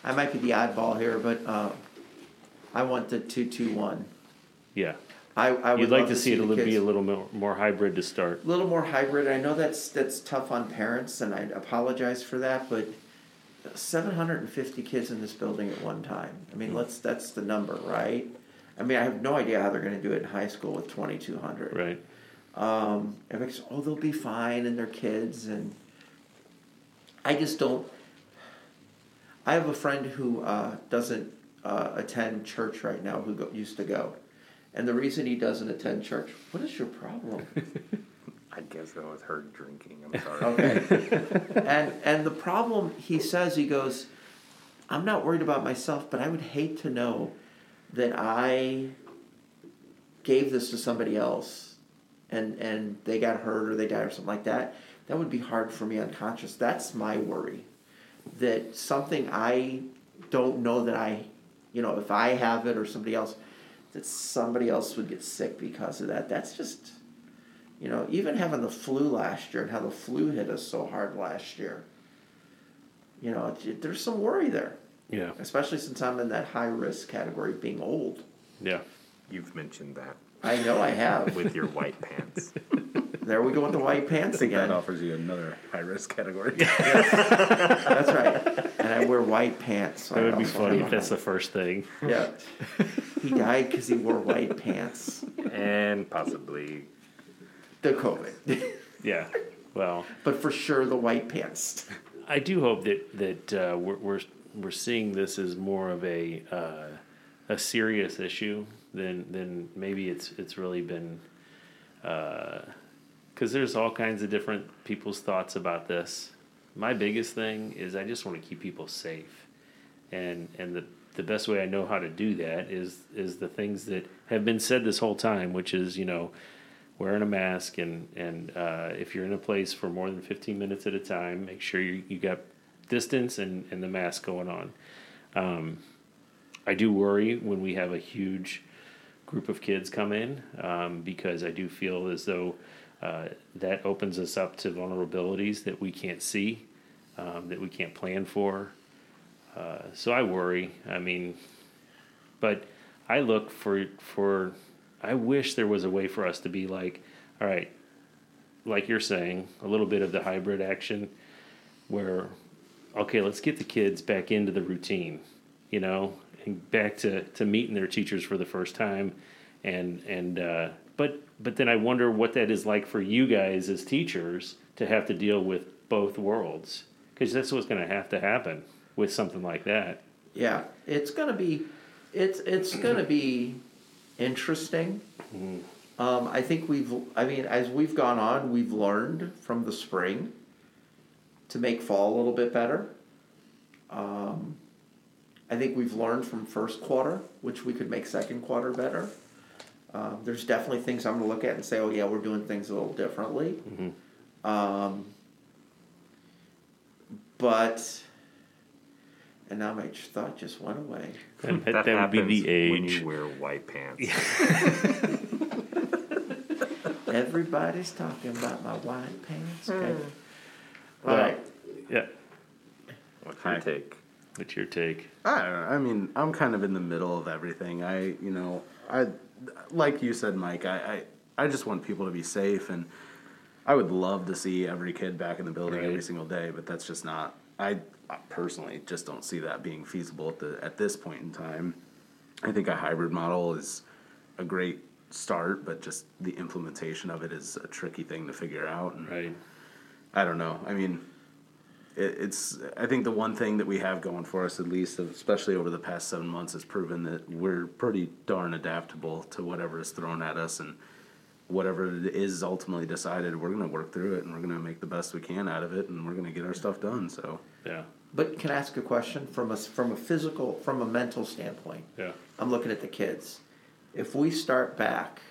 S4: I might be the oddball here, but uh, I want the two two one.
S2: Yeah.
S4: I, I would
S2: You'd like
S4: love
S2: to see it a
S4: the
S2: little, be
S4: kids-
S2: a little more, more hybrid to start.
S4: little more hybrid. I know that's that's tough on parents, and I apologize for that, but 750 kids in this building at one time. I
S2: Hmm.
S4: mean, let's that's the number, right? I mean, I have no idea how they're going to do it in high school with 2,200.
S2: Right.
S4: Um, everybody's, oh, they'll be fine, and their kids, and I just don't. I have a friend who uh, doesn't uh, attend church right now who go, used to go. And the reason he doesn't attend church, what is your problem?
S1: I guess that was her drinking. I'm sorry.
S4: Okay. and and the problem he says he goes, I'm not worried about myself, but I would hate to know that I gave this to somebody else and and they got hurt or they died or something like that. That would be hard for me unconscious. That's my worry. That something I don't know that I you know, if I have it or somebody else that somebody else would get sick because of that. That's just you know, even having the flu last year and how the flu hit us so hard last year, you know, it- it, there's some worry there,
S2: Yeah.
S4: especially since I'm in that high risk category of being old.
S2: Yeah.
S1: You've mentioned that
S4: I know I have.
S1: with your white pants.
S4: there we go with the white
S3: I
S4: pants
S3: think that
S4: again.
S3: offers you another high risk category.
S4: That's right. And I wear white pants. so
S2: That
S4: I
S2: would be
S4: also
S2: funny
S4: have
S2: if
S4: a-
S2: that's the first thing.
S4: Yeah. He died because he wore white pants.
S1: and possibly
S4: The COVID.
S2: Yeah. Well,
S4: but for sure, the white pants.
S2: I do hope that that uh, we're, we're we're seeing this as more of a uh, a serious issue than than maybe it's it's really been uh, because there's all kinds of different people's thoughts about this. My biggest thing is I just want to keep people safe, and and the the best way I know how to do that is is the things that have been said this whole time, which is you know wearing a mask and and uh, if you're in a place for more than 15 minutes at a time, make sure you you got distance and and the mask going on. I do worry when we have a huge group of kids come in um, because I do feel as though uh, that opens us up to vulnerabilities that we can't see, um, that we can't plan for. Uh, so I worry. I mean, but I look for for. I wish there was a way for us to be like, all right, like you're saying, a little bit of the hybrid action where okay let's get the kids back into the routine you know and back to to meeting their teachers for the first time and and uh but but then i wonder what that is like for you guys as teachers to have to deal with both worlds because that's what's going to have to happen with something like that
S4: Yeah, it's gonna be, it's it's gonna be interesting. Um, I think we've, I mean, as we've gone on, we've learned from the spring to make fall a little bit better. Um, I think we've learned from first quarter, which we could make second quarter better. Um, there's definitely things I'm gonna look at and say, oh yeah, we're doing things a little differently. Um, but. And now my thought just went away.
S1: that,
S2: that, that would
S1: happens
S2: be the
S1: when
S2: age
S1: you wear white pants.
S4: Everybody's talking about my white pants. Okay. All
S2: Well-
S4: right.
S2: yeah
S1: What's your
S3: Hi.
S1: take?
S2: what's your take
S3: I don't know. I mean, I'm kind of in the middle of everything. I, you know, I, like you said, Mike, I, I, I just want people to be safe, and I would love to see every kid back in the building every
S2: Right.
S3: single day, but that's just not. I I personally just don't see that being feasible at the at this point in time. I think a hybrid model is a great start, but just the implementation of it is a tricky thing to figure out. And
S2: right
S3: I don't know. I mean, it, it's. I think the one thing that we have going for us, at least, especially over the past seven months, has proven that we're pretty darn adaptable to whatever is thrown at us and whatever it is ultimately decided. We're going to work through it and we're going to make the best we can out of it and we're going to get our stuff done. So
S2: yeah
S4: But can I ask a question from a from a physical from a mental standpoint?
S2: yeah
S4: I'm looking at the kids. If we start back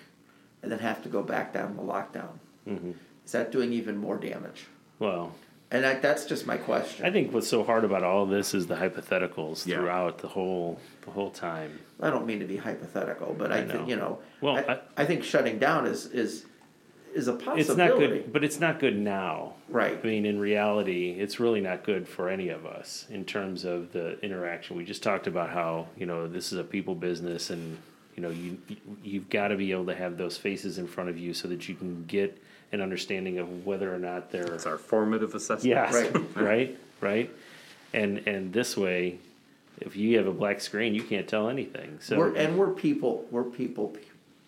S4: and then have to go back down the lockdown,
S2: Mm-hmm.
S4: is that doing even more damage?
S2: well
S4: And that, that's just my question.
S2: i think what's so hard about all this is the hypotheticals
S3: Yeah.
S2: throughout the whole the whole time
S4: I don't mean to be hypothetical, but I,
S2: I know.
S4: think you know.
S2: Well,
S4: I,
S2: I-
S4: I think shutting down is is is a possibility.
S2: It's not good, but it's not good now.
S4: Right.
S2: I mean, in reality, it's really not good for any of us in terms of the interaction. We just talked about how you know this is a people business, and you know you you've got to be able to have those faces in front of you so that you can get an understanding of whether or not they're
S1: It's our formative assessment.
S2: Yes.
S4: Right.
S2: Right. right. And and this way, if you have a black screen, you can't tell anything. So
S4: We're, and we're people. We're people. pe-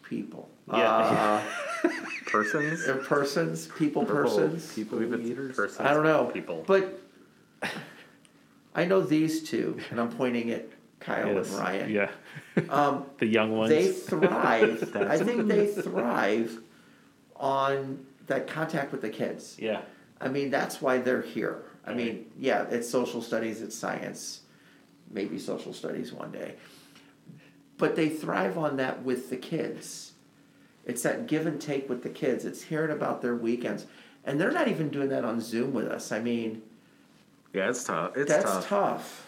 S4: People.
S2: Yeah.
S4: Uh,
S1: Persons.
S4: they're Uh, persons. People. Persons.
S1: People. Persons. persons.
S4: I don't know.
S1: People.
S4: But I know these two, and I'm pointing at Kyle
S2: Yes.
S4: and Ryan.
S2: Yeah. Um, the young ones.
S4: They thrive. I think they thrive on that contact with the kids.
S2: yeah.
S4: I mean, that's why they're here. I mean, yeah, it's social studies, it's science, maybe social studies one day. But they thrive on that with the kids. It's that give and take with the kids. It's hearing about their weekends. And they're not even doing that on Zoom with us. I mean,
S1: yeah, it's tough. It's
S4: that's
S1: tough.
S4: tough.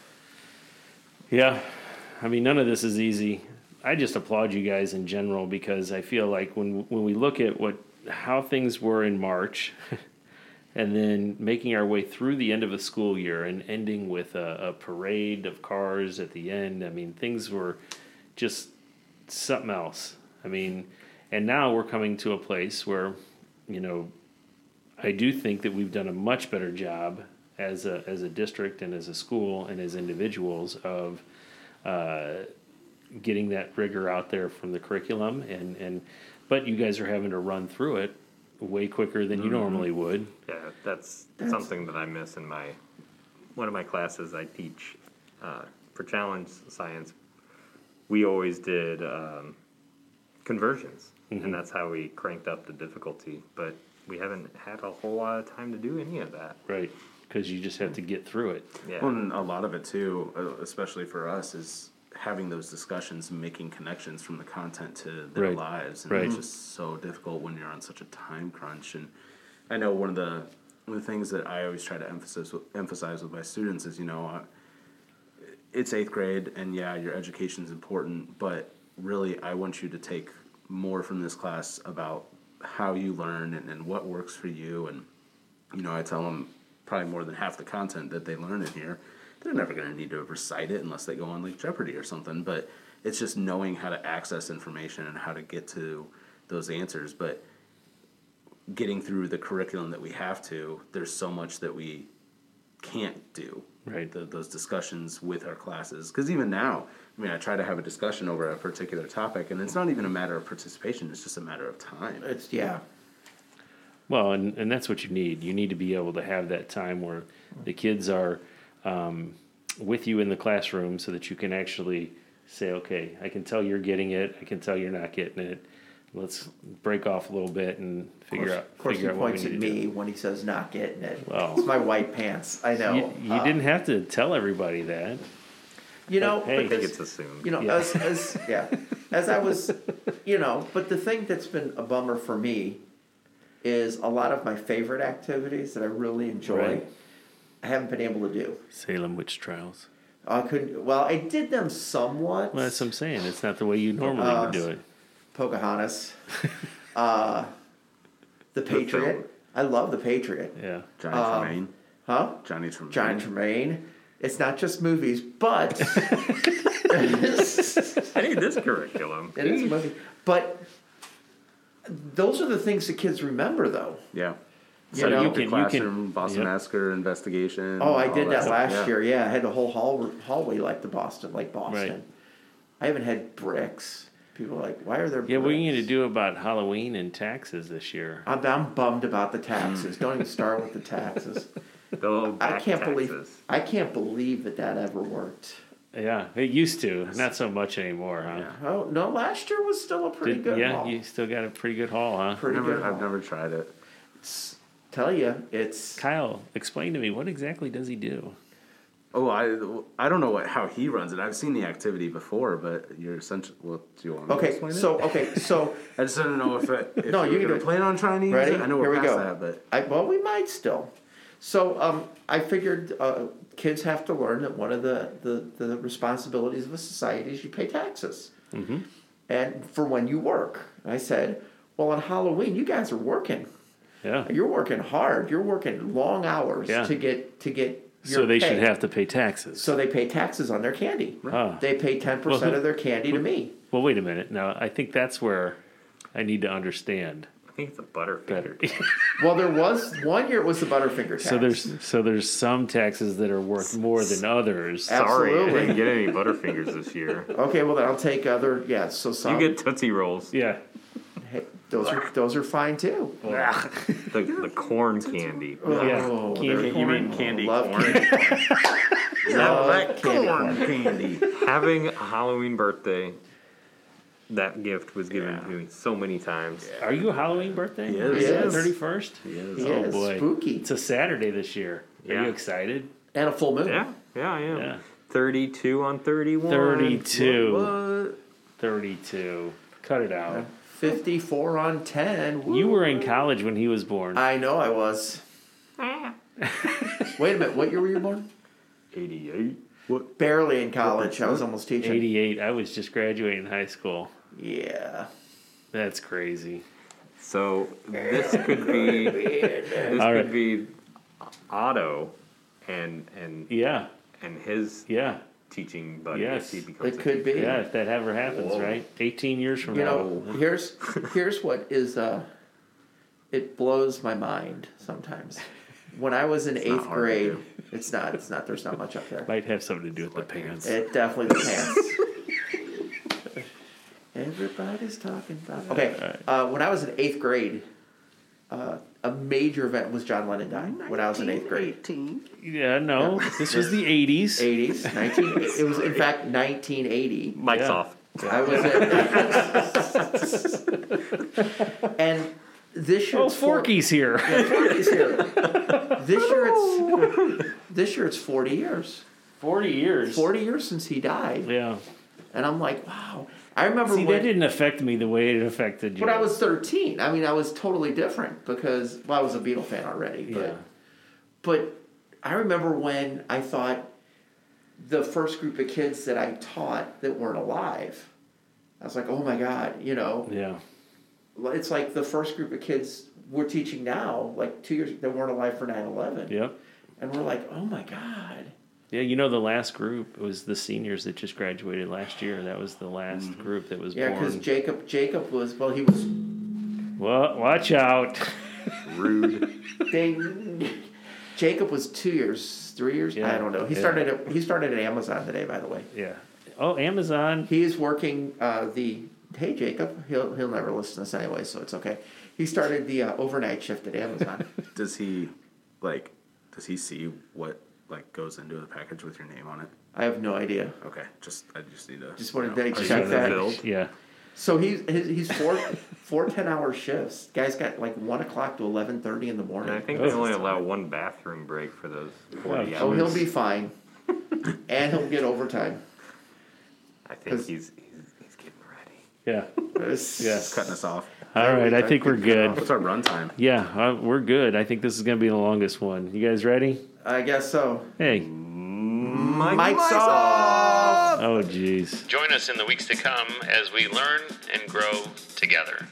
S2: Yeah. I mean, none of this is easy. I just applaud you guys in general because I feel like when when we look at what how things were in March and then making our way through the end of a school year and ending with a, a parade of cars at the end, I mean, things were just something else. I mean, and now we're coming to a place where, you know, I do think that we've done a much better job as a as a district and as a school and as individuals of uh, getting that rigor out there from the curriculum and and but you guys are having to run through it way quicker than you normally would.
S1: Yeah, that's, something that I miss in my one of my classes I teach uh, for challenge science. We always did um, conversions,
S2: Mm-hmm.
S1: and that's how we cranked up the difficulty. But we haven't had a whole lot of time to do any of that.
S2: Right. Because you just have to get through it.
S1: Yeah,
S3: Well, and a lot of it too, uh, especially for us, is having those discussions, and making connections from the content to their
S2: Right.
S3: lives, and
S2: Right.
S3: it's just so difficult when you're on such a time crunch. And I know one of the one of the things that I always try to emphasize with, emphasize with my students is, you know, uh, it's eighth grade, and yeah, your education's important, but really, I want you to take more from this class about how you learn and, and what works for you and you know, I tell them probably more than half the content that they learn in here. They're never going to need to recite it unless they go on like Jeopardy or something. But it's just knowing how to access information and how to get to those answers. But getting through the curriculum that we have to, there's so much that we can't do.
S2: Right.
S3: Th- those discussions with our classes. Because even now, I mean, I try to have a discussion over a particular topic, and it's not even a matter of participation, it's just a matter of time.
S4: It's, yeah.
S2: Well, and, and that's what you need. You need to be able to have that time where the kids are um, with you in the classroom so that you can actually say, okay, I can tell you're getting it. I can tell you're not getting it. Let's break off a little bit and
S4: Of course,
S2: figure out.
S4: of course he
S2: figure out what we
S4: points at
S2: need to do.
S4: me when he says not getting it.
S2: Well.
S4: it's my white pants. I know.
S2: You, you
S4: Uh,
S2: didn't have to tell everybody that.
S4: You know,
S2: Hey,
S1: I think
S4: because-
S1: it's assumed.
S4: you know,
S2: Yeah.
S4: as, as yeah, as I was, you know, but the thing that's been a bummer for me is a lot of my favorite activities that I really enjoy,
S2: Right.
S4: I haven't been able to do.
S2: Salem witch trials.
S4: I couldn't. Well, I did them somewhat.
S2: Well, that's what I'm saying. It's not the way you normally
S4: Uh,
S2: would do it.
S4: Pocahontas, uh, the Patriot. I love the Patriot.
S2: Yeah.
S3: Johnny Tremaine.
S4: Huh?
S3: um, Johnny Tremaine.
S4: John Tremaine. It's not just movies, but
S1: I need this curriculum.
S4: it is a movie. But those are the things the kids remember, though.
S3: Yeah.
S4: You
S3: Setting
S4: know?
S3: up
S2: You can-
S3: your
S2: you can-
S3: classroom, Boston
S2: yep.
S3: Massacre investigation.
S4: Oh, I
S3: all
S4: did that
S3: stuff,
S4: last
S3: yeah.
S4: year. Yeah, I had the whole hall hallway like the Boston, like Boston.
S2: Right.
S4: I haven't had bricks. People are like, why are there?
S2: Yeah,
S4: bricks?
S2: what are you going to do about Halloween and taxes this year?
S4: I'm, I'm bummed about the taxes. Don't even start with the taxes.
S1: They'll
S4: I
S1: back
S4: can't
S1: taxes.
S4: believe I can't believe that that ever worked.
S2: Yeah, it used to. Not so much anymore, huh?
S3: Yeah.
S4: Oh no, last year was still a pretty
S2: Did-
S4: good
S2: yeah,
S4: haul.
S2: you still got a pretty good haul, huh?
S4: pretty
S3: Never-
S4: good.
S3: I've
S4: haul.
S3: never tried it.
S4: It's- tell you, it's
S2: Kyle, explain to me what exactly does he do?
S3: Oh, I I don't know what, how he runs it. I've seen the activity before, but you're essentially. Well, do you want me to
S4: okay.
S3: explain it?
S4: So okay, so
S3: I just don't know if it. If
S4: No,
S3: no,
S4: you
S3: you were
S4: can do
S3: gonna
S4: it.
S3: plan on trying to use
S4: Ready?
S3: it. I know
S4: Here
S3: we're
S4: we
S3: past
S4: go.
S3: that, but
S4: I, well, we might still. So um, I figured uh, kids have to learn that one of the, the, the
S2: Mm-hmm.
S4: responsibilities of a society is you pay taxes. And for when you work. And I said, Well, on Halloween, you guys are working.
S2: Yeah.
S4: You're working hard. You're working long hours
S2: Yeah.
S4: to get to get. Your
S2: So they
S4: pay.
S2: should have to pay taxes.
S4: So they pay taxes on their candy.
S2: Ah.
S4: They pay ten
S2: Well,
S4: percent
S2: who-
S4: of their candy to me.
S2: Well, wait a minute. Now, I think that's where I need to understand
S1: I think it's a butterfinger.
S2: better.
S4: Well, there was one year it was the Butterfinger tax.
S2: so there's so there's some taxes that are worth more than others.
S4: Ab-
S1: Sorry, I
S4: Absolutely.
S1: didn't get any butterfingers this year.
S4: okay. Well, then I'll take other. Yeah. So some.
S1: You get tootsie rolls,
S2: Yeah.
S4: hey, those are those are fine too.
S1: the, the corn candy.
S2: Yeah.
S4: Oh,
S2: Candy
S4: they're-
S1: You mean candy
S4: Love
S1: corn?
S4: candy
S1: Now that
S4: candy
S1: corn candy. Having a Halloween birthday, that gift was given to me so many times.
S2: Are you a Halloween birthday?
S1: Yes.
S4: Yes.
S2: Thirty first.
S4: He
S2: Oh,
S4: is
S2: boy.
S4: spooky
S2: It's a Saturday this year. Are
S1: Yeah.
S2: you excited?
S4: and a full moon.
S1: Yeah, yeah, I am.
S2: Yeah.
S1: 32 on 31.
S2: 32.
S1: What?
S2: Thirty two. Cut it out.
S4: Fifty-four on ten. Woo.
S2: You were in college when he was born.
S4: I know I was. Wait a minute. What year were you born?
S1: 88.
S4: Barely in college. I was almost teaching.
S2: Eighty eight. I was just graduating high school.
S4: Yeah.
S2: That's crazy.
S1: So this could be this
S2: All
S1: could
S2: right.
S1: be Otto and and
S2: Yeah.
S1: and his
S2: Yeah.
S1: teaching buddy
S2: Yes.
S1: if he becomes
S4: It
S1: a
S4: could be.
S2: Yeah, if that ever happens, right? 18 years from
S4: You
S2: now.
S4: know, here's here's what is uh it blows my mind sometimes. When I was in
S1: hard
S4: eighth
S1: to
S4: grade,
S1: do.
S4: it's not it's not there's not much up there.
S2: Might have something to do with the pants.
S4: It definitely the pants. Everybody's talking about. Okay, uh, when I was in eighth grade, uh, a major event was John Lennon dying. When I was in eighth grade,
S5: 18.
S2: Yeah, no. This was the 80s.
S4: eighties, nineteen. It was in fact nineteen eighty.
S1: Mike's
S2: Yeah.
S1: off.
S4: I was at. and this year,
S2: Oh,
S4: it's four-
S2: Forky's here.
S4: Forky's here. This year it's this year it's forty years.
S2: 40 years.
S4: Forty years since he died,
S2: Yeah.
S4: and I'm like, wow. I remember
S2: See,
S4: when
S2: that didn't affect me the way it affected you.
S4: when I was 13. I mean, I was totally different because well, I was a Beatle fan already. But,
S2: Yeah.
S4: but I remember when I thought the first group of kids that I taught that weren't alive. I was like, oh my god, you know,
S2: Yeah.
S4: it's like the first group of kids we're teaching now, like two years that weren't alive for 9/11,
S2: Yep.
S4: and we're like, oh my god.
S2: Yeah, you know, the last group was the seniors that just graduated last year. That was the last group that was
S4: Mm-hmm. Yeah, because
S2: born.
S4: Jacob Jacob was well, he was
S2: well, watch out.
S1: Rude.
S4: ding. Jacob was two years, three years.
S2: Yeah,
S4: I don't know. He
S2: yeah.
S4: started at, he started at Amazon today, by the way.
S2: Yeah. Oh, Amazon.
S4: He is working uh, the hey Jacob. He'll he'll never listen to this anyway, so it's okay. He started the uh, overnight shift at Amazon.
S3: Does he like? Does he see what like goes into the package with your name on it?
S4: I have no idea.
S3: Okay, just I just need to.
S4: Just wanted to
S1: Are you
S4: check that.
S1: fulfilled?
S2: Yeah.
S4: So he's his, he's four four ten hour shifts. Guy's got like one o'clock to eleven thirty in the
S1: And I
S4: morning.
S1: think they only allow one bathroom break for those 40
S2: Yeah.
S4: So
S1: hours.
S4: Oh, he'll be fine, and he'll get overtime.
S1: I think he's, he's, he's getting ready.
S2: Yeah. Yeah.
S3: cutting us off.
S2: All right. I think we're good.
S3: What's our runtime?
S2: Yeah, uh, we're good. I think this is going to be the longest one. You guys ready?
S4: I guess so.
S2: Hey.
S1: Mike,
S4: Mike's off.
S2: Oh, jeez.
S6: Join us in the weeks to come as we learn and grow together.